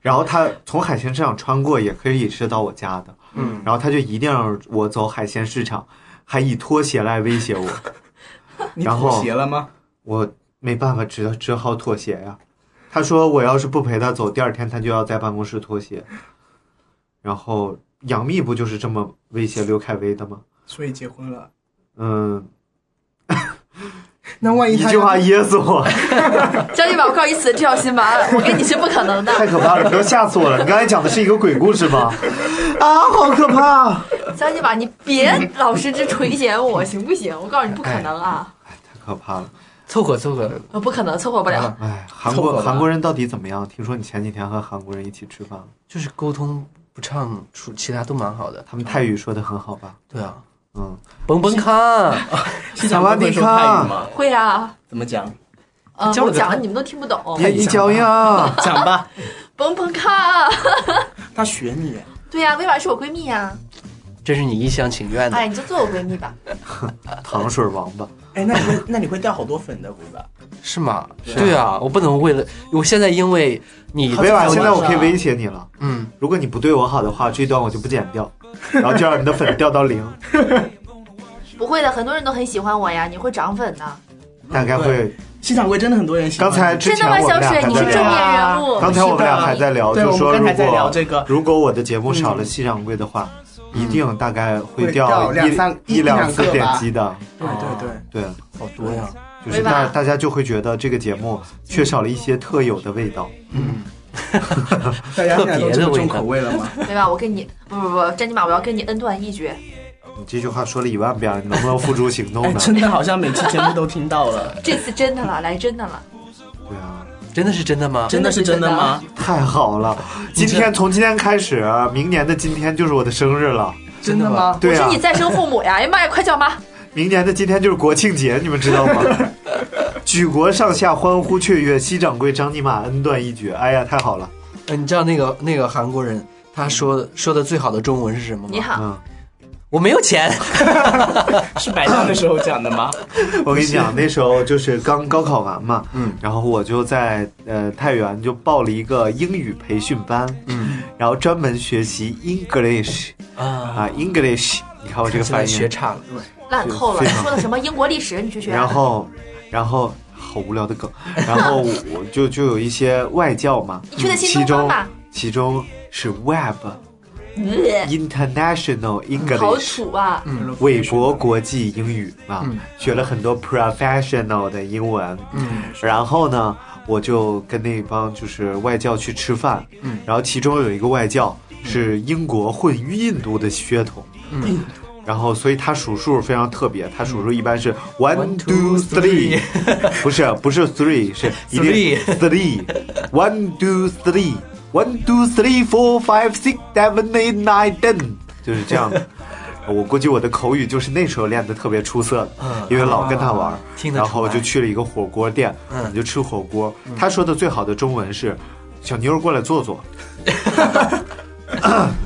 Speaker 1: 然后他从海鲜市场穿过也可以是到我家的，
Speaker 6: 嗯，
Speaker 1: 然后他就一定要让我走海鲜市场，还以拖鞋来威胁我，
Speaker 3: 你
Speaker 1: 然后哦
Speaker 3: 妥协了吗？
Speaker 1: 我没办法，只只好妥协呀、他说我要是不陪他走，第二天他就要在办公室脱鞋。然后杨幂不就是这么威胁刘恺威的吗？
Speaker 3: 所以结婚了。
Speaker 1: 嗯，
Speaker 3: 那万
Speaker 1: 一
Speaker 3: 一他
Speaker 1: 句话噎死我，
Speaker 5: 张尼玛，我告诉你死这条心吧，我跟你是不可能的。
Speaker 1: 太可 怕了，你都吓死我了。你刚才讲的是一个鬼故事吗？啊，好可怕！
Speaker 5: 张尼玛，你别老是这垂涎我，行不行？我告诉你不可能啊，
Speaker 1: 太可怕了。
Speaker 6: 凑合凑合，
Speaker 5: 呃不可能，凑合不了。
Speaker 1: 哎，韩
Speaker 6: 凑合
Speaker 1: 国
Speaker 6: 吧
Speaker 1: 韩国人到底怎么样？听说你前几天和韩国人一起吃饭了，
Speaker 6: 就是沟通不畅，除其他都蛮好的。
Speaker 1: 他们泰语说的很好吧？
Speaker 6: 对啊，
Speaker 1: 嗯，
Speaker 6: 蹦蹦卡，
Speaker 3: 西掌柜会说泰语吗？
Speaker 5: 会啊，
Speaker 3: 怎么讲？
Speaker 5: 呃，
Speaker 6: 教
Speaker 5: 我
Speaker 6: 了个
Speaker 5: 讲
Speaker 6: 他
Speaker 5: 了你们都听不懂。
Speaker 1: 你你讲呀，
Speaker 3: 讲吧，
Speaker 5: 蹦蹦卡，
Speaker 3: 他学你。
Speaker 5: 对呀、薇娃是我闺蜜呀、
Speaker 6: 这是你一厢情愿的。
Speaker 5: 哎，你就做我闺蜜吧。
Speaker 1: 糖水王 八。
Speaker 3: 哎，那你会那你会掉好多粉的，不吧？
Speaker 6: 是吗？对啊，我不能为了我现在因为你，
Speaker 1: 没吧？现在我可以威胁你了。
Speaker 6: 嗯，
Speaker 1: 如果你不对我好的话，这段我就不剪 掉，然后就让你的粉掉到零，
Speaker 5: 不会的，很多人都很喜欢我呀，你会涨粉的。
Speaker 1: 大概会。
Speaker 3: 西掌柜真的很多人喜欢
Speaker 1: 刚
Speaker 3: 你。
Speaker 1: 才之
Speaker 5: 真的
Speaker 1: 前
Speaker 5: 吗，
Speaker 1: 我们
Speaker 5: 小
Speaker 1: 俩
Speaker 5: 水？
Speaker 1: 还
Speaker 5: 你是
Speaker 1: 在
Speaker 5: 正
Speaker 3: 这
Speaker 1: 聊，
Speaker 5: 面
Speaker 3: 样
Speaker 5: 人物。
Speaker 1: 刚才我们俩还在聊，
Speaker 3: 是的
Speaker 1: 就说
Speaker 3: 对我们刚才
Speaker 1: 如
Speaker 3: 在聊
Speaker 1: 果
Speaker 3: 这个嗯
Speaker 1: 如果我的节目少了西掌柜的话，一定大概会掉
Speaker 3: 会掉两三
Speaker 1: 一一
Speaker 3: 一两
Speaker 1: 两
Speaker 3: 个
Speaker 1: 次
Speaker 3: 吧
Speaker 1: 点击的。
Speaker 3: 对对对，
Speaker 1: 对，
Speaker 6: 好多呀，
Speaker 1: 就是
Speaker 5: 对吧
Speaker 1: 大大家就会觉得这个节目缺少了一些特有的味道。
Speaker 3: 大家现在都这么重口味了吗？
Speaker 5: 对吧？我跟你不不不，真尼玛，我要跟你恩断义绝。
Speaker 1: 你这句话说了一万遍了，你能不能付诸行动
Speaker 3: 哎，
Speaker 1: 呢？
Speaker 3: 真的好像每期节目都听到 了，
Speaker 5: 这次真的了，来真的了。
Speaker 1: 对啊，
Speaker 6: 真的是真的吗？
Speaker 3: 真的是真的吗？
Speaker 1: 太好了！今天从今天开始，明年的今天就是我的生日了。
Speaker 3: 真的吗？
Speaker 1: 对
Speaker 5: 是
Speaker 1: 啊
Speaker 5: 你，再生父母呀！哎呀妈呀，快叫妈！
Speaker 1: 明年的今天就是国庆节，你们知道吗？举国上下欢呼雀跃，西掌柜张尼玛恩断义绝。哎呀，太好了！
Speaker 6: 哎，你知道那个那个韩国人他说的说的最好的中文是什么吗？
Speaker 5: 你好，
Speaker 1: 嗯
Speaker 6: 我没有钱，
Speaker 3: 是摆档的时候讲的吗？
Speaker 1: 我跟你讲，那时候就是刚高考完嘛，嗯，然后我就在呃太原就报了一个英语培训班，嗯，然后专门学习 English
Speaker 6: 啊，
Speaker 1: 啊 English，你看我这个
Speaker 6: 现在
Speaker 1: 翻
Speaker 6: 学
Speaker 1: 译，
Speaker 6: 差了。
Speaker 5: 烂透了！
Speaker 1: 非
Speaker 5: 你
Speaker 1: 常
Speaker 5: 说的什么英国历史？你去学啊？
Speaker 1: 然后然后好无聊的梗，然后我就就有一些外教嘛，
Speaker 5: 你去的新
Speaker 1: 其
Speaker 5: 东方
Speaker 1: 中
Speaker 5: 吧。
Speaker 1: 其中是 Web
Speaker 5: 呃
Speaker 1: International
Speaker 5: 好
Speaker 1: English。
Speaker 5: 土啊！
Speaker 1: 韦伯国际英语啊，学了很多 professional 的英文，然后呢，我就跟那帮就是外教去吃饭，然后其中有一个外教是英国混印度的血统，然后所以他数数非常特别，他数数一般是嗯 one two
Speaker 6: two,
Speaker 1: three，不 是啊不是 three 是一定 three one two three one two three four five six seven eight nine ten 就是这样的。我估计我的口语就是那时候练得特别出色的，因为老跟他玩儿，
Speaker 6: 嗯啊听得出
Speaker 1: 然
Speaker 6: 来嗯
Speaker 1: 后就去了一个火锅店，我们就吃火锅。他说的最好的中文是：“小妞儿过来坐坐。”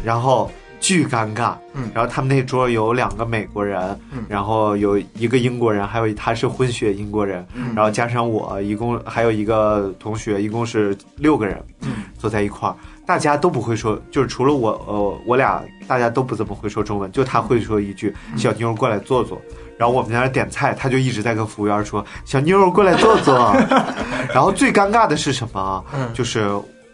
Speaker 1: 然后巨尴尬。然后他们那桌有两个美国人，然后有一个英国人，还有他是混血英国人，然后加上我，一共还有一个同学，一共是六个人，坐在一块儿，大家都不会说，就是除了我，呃，我俩大家都不怎么会说中文，就他会说一句“小妞儿过来坐坐”。然后我们在那儿点菜，他就一直在跟服务员说：“小妞儿过来坐坐。” 然后最尴尬的是什么啊？就是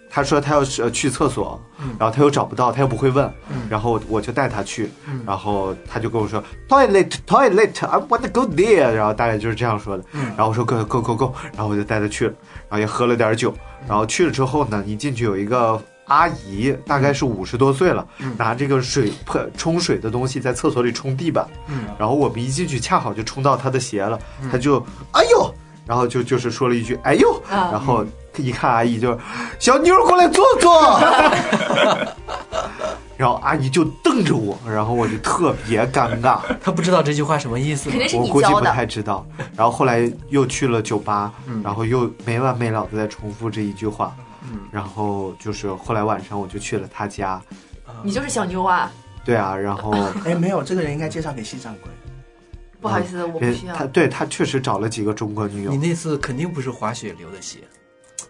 Speaker 1: 他说他要是呃去厕所，然后他又找不到，他又不会问，然后我就带他去，然后他就跟我说 toilet toilet I wanna go there，然后大概就是这样说的，然后我说 go go go go，然后我就带他去了，然后也喝了点酒，然后去了之后呢，一进去有一个。阿姨大概是五十多岁了，拿这个水喷冲水的东西在厕所里冲地板，然后我们一进去恰好就冲到她的鞋了，她就哎呦，然后就就是说了一句哎呦，
Speaker 5: 啊
Speaker 1: 然后一看阿姨就小妞儿过来坐坐， 然后阿姨就瞪着我，然后我就特别尴尬，
Speaker 6: 他不知道这句话什么意思
Speaker 5: 肯。哎定是
Speaker 1: 我
Speaker 5: 你
Speaker 1: 估计
Speaker 5: 教
Speaker 1: 不
Speaker 5: 的，
Speaker 1: 太知道。然后后来又去了酒吧，然后又没完没了的在重复这一句话，然后就是后来晚上我就去了他家，
Speaker 5: 你就是小妞啊！
Speaker 1: 对啊，然后
Speaker 3: 哎，没有，这个人应该介绍给西掌柜。
Speaker 5: 不好意思，我不
Speaker 1: 别
Speaker 5: 需要
Speaker 1: 他。对他确实找了几个中国女
Speaker 6: 你
Speaker 1: 友。
Speaker 6: 那次肯定不是滑雪流的血，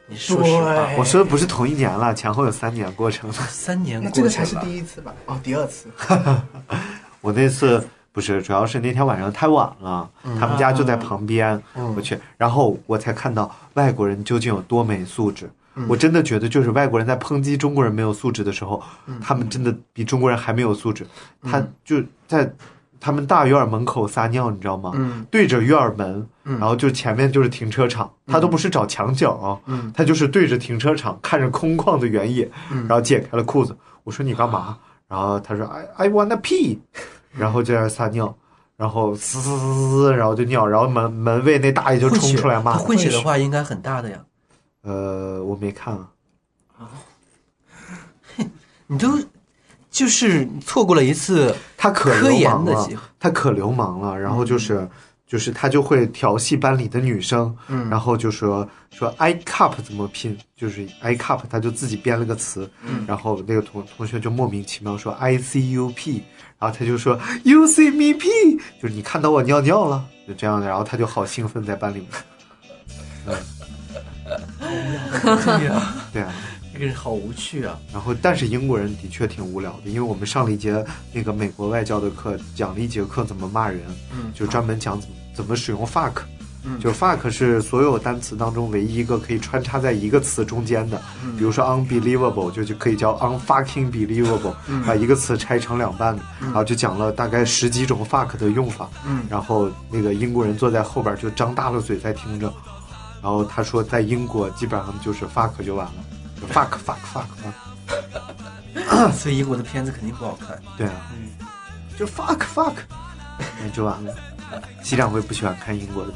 Speaker 6: 你说实话，
Speaker 1: 我说的不是同一年了，前后有三年过程。
Speaker 6: 三年
Speaker 3: 那这
Speaker 6: 过
Speaker 3: 个
Speaker 6: 去
Speaker 3: 才是
Speaker 6: 了，
Speaker 3: 第一次吧？哦，第二次。
Speaker 1: 我那次不是，主要是那天晚上太晚了，他们家就在旁边，我去，然后我才看到外国人究竟有多没素质。我真的觉得，就是外国人在抨击中国人没有素质的时候，他们真的比中国人还没有素质。他就在他们大院儿门口撒尿，你知道吗？对着院儿门，然后就前面就是停车场，他都不是找墙角啊，他就是对着停车场，看着空旷的原野，然后解开了裤子。我说你干嘛？然后他说 I I wanna pee，然后就在那撒尿，然后嘶嘶嘶嘶嘶，然后就尿，然后门门卫那大爷就
Speaker 6: 混
Speaker 1: 冲
Speaker 6: 血
Speaker 1: 出来
Speaker 6: 他
Speaker 1: 骂。
Speaker 6: 混血的话应该很大的呀。
Speaker 1: 呃，我没看啊，
Speaker 6: 你都就是错过了一次，
Speaker 1: 他可
Speaker 6: 科
Speaker 1: 流
Speaker 6: 研
Speaker 1: 氓
Speaker 6: 的
Speaker 1: 了
Speaker 6: 机会，嗯
Speaker 1: 他可流氓了，然后就是。就是他就会调戏班里的女生，然后就说说 i cup 怎么拼，就是 i cup，他就自己编了个词，
Speaker 6: 嗯
Speaker 1: 然后那个同同学就莫名其妙说 i c u p，然后他就说 you see me p，就是你看到我尿尿了，就这样的，然后他就好兴奋在班里面，嗯
Speaker 6: 哎呀，
Speaker 1: 对啊，
Speaker 6: 这个人好无趣啊！
Speaker 1: 然后，但是英国人的确挺无聊的，因为我们上了一节那个美国外教的课，讲了一节课怎么骂人，嗯，就专门讲怎么怎么使用 fuck，嗯，就 fuck 是所有单词当中唯一一个可以穿插在一个词中间的，比如说 unbelievable 就就可以叫 unfucking believable，、把一个词拆成两半，然后就讲了大概十几种 fuck 的用法，嗯，然后那个英国人坐在后边就张大了嘴在听着，然后他说在英国基本上就是 fuck 就完了。 fuck fuck fuck fuck，
Speaker 6: 所以英国的片子肯定不好看。
Speaker 1: 对啊，就 fuck fuck，那就完了。西长会不喜欢看英国的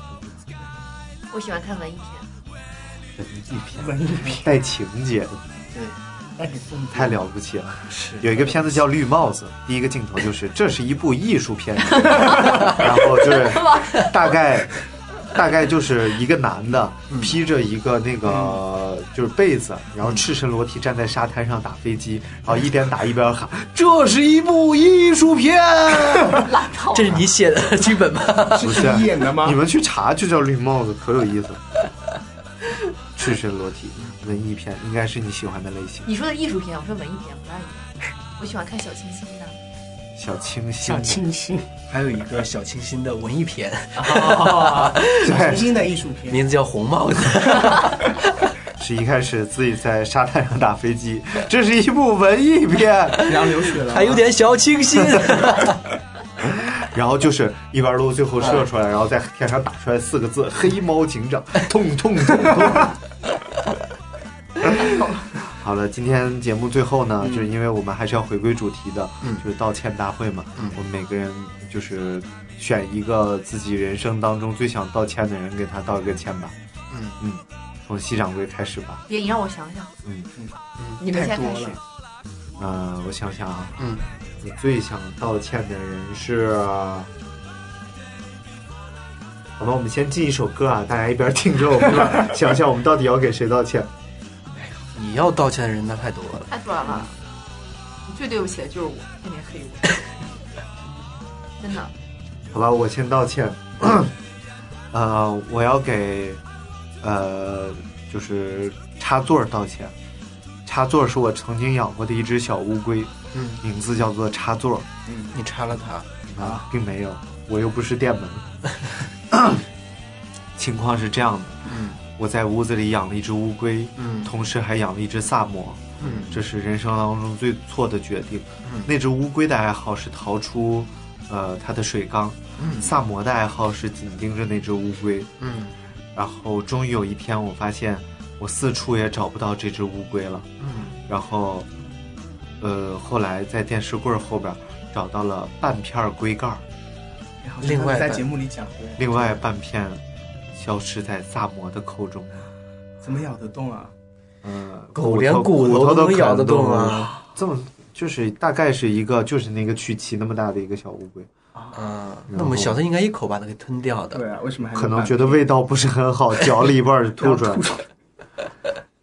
Speaker 5: 我喜欢看文艺片，
Speaker 1: 文艺片，文艺片带情节的，太了不起了。
Speaker 6: 是
Speaker 1: 有一个片子叫《绿帽子》，第一个镜头就是这是一部艺术 片，然后 就是大概大概就是一个男的披着一个那个就是被子，然后赤身裸体站在沙滩上打飞机，然后一边打一边喊：“这是一部艺术片。”
Speaker 6: 这是你写的剧本吗？
Speaker 1: 不是啊
Speaker 8: 你演的吗
Speaker 1: 你们去查就叫绿帽子，可有意思了。赤身裸体文艺片应该是你喜欢的类型，
Speaker 5: 你说的艺术片，我说文艺片，不让你。 我喜欢看小清新的，
Speaker 1: 小清新，
Speaker 8: 新，
Speaker 6: 还有一个小清新的文艺片，
Speaker 8: 清
Speaker 1: 对，
Speaker 8: 新的艺术片，
Speaker 6: 名字叫《红帽子》。
Speaker 1: 是一开始自己在沙滩上打飞机，这是一部文艺片。
Speaker 8: 然后流血了，
Speaker 6: 还有点小清 新。
Speaker 1: 然后就是一边撸，最后射出来，然后在天上打出来四个字“黑猫警长”，痛痛痛痛。 好了，今天节目最后呢，就是因为我们还是要回归主题的，就是道歉大会嘛。我们每个人就是选一个自己人生当中最想道歉的人，给他道一个歉吧。
Speaker 6: 嗯
Speaker 1: 嗯，从西掌柜开始吧。
Speaker 5: 别你让我想想，
Speaker 1: 嗯，
Speaker 5: 你们先开
Speaker 8: 太
Speaker 5: 始
Speaker 8: 多。
Speaker 1: 呃，我想想啊，
Speaker 6: 嗯，
Speaker 1: 你最想道歉的人是？好吧，我们先进一首歌啊，大家一边听着我们 歌，想想我们到底要给谁道歉。
Speaker 6: 你要道歉的人那太多了，
Speaker 5: 太短了，你最对不起的就是我，天天黑我， 真的。
Speaker 1: 好吧，我先道歉。呃，我要给呃，就是插座儿道歉。插座儿是我曾经养过的一只小乌龟，
Speaker 6: 嗯，
Speaker 1: 名字叫做插座儿。
Speaker 6: 你插了他，
Speaker 1: 啊，并没有，我又不是店 门。情况是这样的，
Speaker 6: 嗯
Speaker 1: 我在屋子里养了一只乌龟，
Speaker 6: 嗯
Speaker 1: 同时还养了一只萨摩，
Speaker 6: 嗯
Speaker 1: 这是人生当中最错的决定。
Speaker 6: 嗯
Speaker 1: 那只乌龟的爱好是逃出，呃，它的水缸；
Speaker 6: 嗯
Speaker 1: 萨摩的爱好是紧盯着那只乌龟。
Speaker 6: 嗯
Speaker 1: 然后终于有一天，我发现我四处也找不到这只乌龟了。
Speaker 6: 嗯
Speaker 1: 然后，呃，后来在电视柜儿后边儿找到了半片儿龟盖儿。
Speaker 8: 好像
Speaker 6: 另外
Speaker 8: 在
Speaker 6: 的
Speaker 8: 节目里讲过，
Speaker 1: 另外半片消失在萨摩的口中。
Speaker 8: 怎么咬得动啊？
Speaker 1: 嗯，
Speaker 6: 狗连
Speaker 1: 骨
Speaker 6: 骨
Speaker 1: 头
Speaker 6: 头
Speaker 1: 都
Speaker 6: 都能咬得
Speaker 1: 动
Speaker 6: 动啊！
Speaker 1: 这么就是大概是一个就是那个曲奇那么大的一个小乌龟，
Speaker 6: 啊，那我们小的应该一口把它给吞掉的。
Speaker 8: 对啊，为什么还
Speaker 1: 可能觉得味道不是很好，嚼了一半儿就吐出来。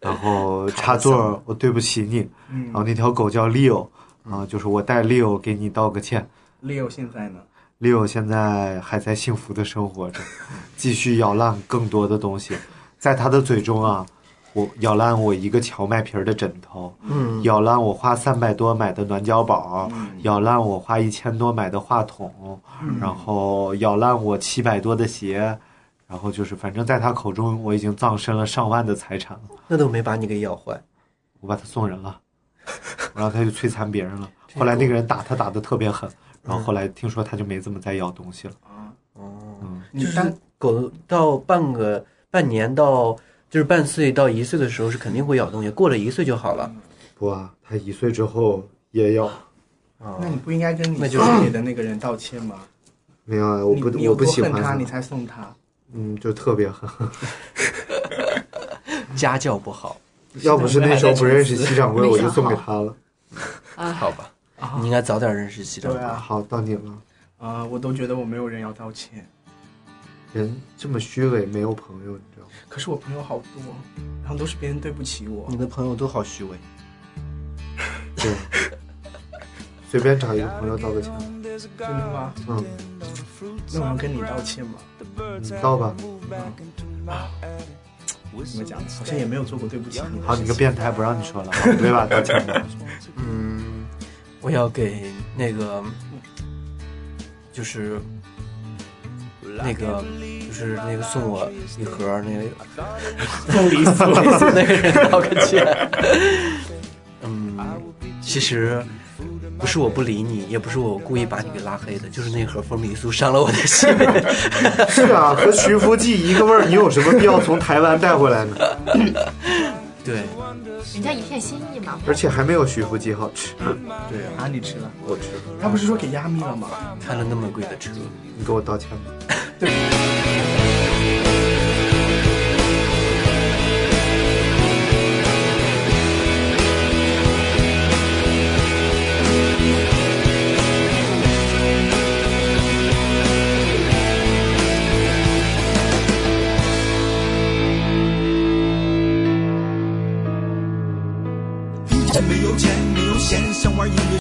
Speaker 1: 然后插座，我对不起你。然后那条狗叫 Leo，啊，就是我代 Leo 给你道个歉。
Speaker 8: Leo 现在呢？
Speaker 1: Leo 现在还在幸福的生活着，继续咬烂更多的东西，在他的嘴中啊，我咬烂我一个荞麦皮儿的枕头，
Speaker 6: 嗯，
Speaker 1: 咬烂我花三百多买的暖脚宝，咬烂我花一千多买的话筒，然后咬烂我七百多的鞋，然后就是反正在他口中我已经葬身了上万的财产了，
Speaker 6: 那都没把你给咬坏。
Speaker 1: 我把他送人了，我让他去摧残别人了。后来那个人打他打的特别狠，然后后来听说他就没怎么再咬东西了。
Speaker 6: 就
Speaker 8: 你
Speaker 6: 是
Speaker 8: 当
Speaker 6: 狗到半个半年到就是半岁到一岁的时候是肯定会咬东西，过了一岁就好了。
Speaker 1: 不啊，他一岁之后也 要。
Speaker 6: 啊
Speaker 8: 那，你不应该跟你
Speaker 6: 那就是
Speaker 8: 你的那个人道歉吗？
Speaker 1: 没有啊，我不
Speaker 8: 你你
Speaker 1: 我
Speaker 8: 有
Speaker 1: 不
Speaker 8: 多
Speaker 1: 喜欢
Speaker 8: 恨他，你才送他。
Speaker 1: 嗯，就特别 狠。
Speaker 6: 家教不好，
Speaker 1: 要不是那时候不认识西 掌柜，
Speaker 5: 没
Speaker 1: 我
Speaker 5: 想
Speaker 1: 就送给
Speaker 5: 好
Speaker 1: 他了。
Speaker 6: 好吧？你应该早点认识西
Speaker 8: 对
Speaker 6: 长。
Speaker 8: 啊，
Speaker 1: 好，到你了。
Speaker 8: 啊，我都觉得我没有人要道歉，
Speaker 1: 人这么虚伪，没有朋友，你知道吗？
Speaker 8: 可是我朋友好多，然后都是别人对不起我
Speaker 1: 嗯
Speaker 6: 你。的朋友都好虚伪。
Speaker 1: 对，啊随便找一个朋友道个歉。
Speaker 8: 真的吗？
Speaker 1: 嗯，
Speaker 8: 那我要跟你道歉吗？
Speaker 1: 你道吧。
Speaker 8: 怎么讲？好像也没有做过对不起你。
Speaker 1: 好，你个变态，不让你说了，好没法道歉了。
Speaker 6: 嗯，我要给那个，就是那个，就是那个送我一盒那个
Speaker 8: 送礼送礼
Speaker 6: 那个人道个 歉。嗯，其实不是我不理你，也不是我故意把你给拉黑的，就是那盒凤梨酥伤了我的心。
Speaker 1: 是啊，和徐福记一个味儿，你有什么必要从台湾带回来呢？
Speaker 6: 对，
Speaker 5: 人家一片心意嘛。
Speaker 1: 而且还没有徐福记好吃。
Speaker 3: 对啊，你吃了，
Speaker 1: 我吃，
Speaker 3: 他不是说给压米了吗？
Speaker 6: 开了那么贵的车，
Speaker 1: 你给我道歉吧。
Speaker 9: 没有钱，没有闲，想玩音乐。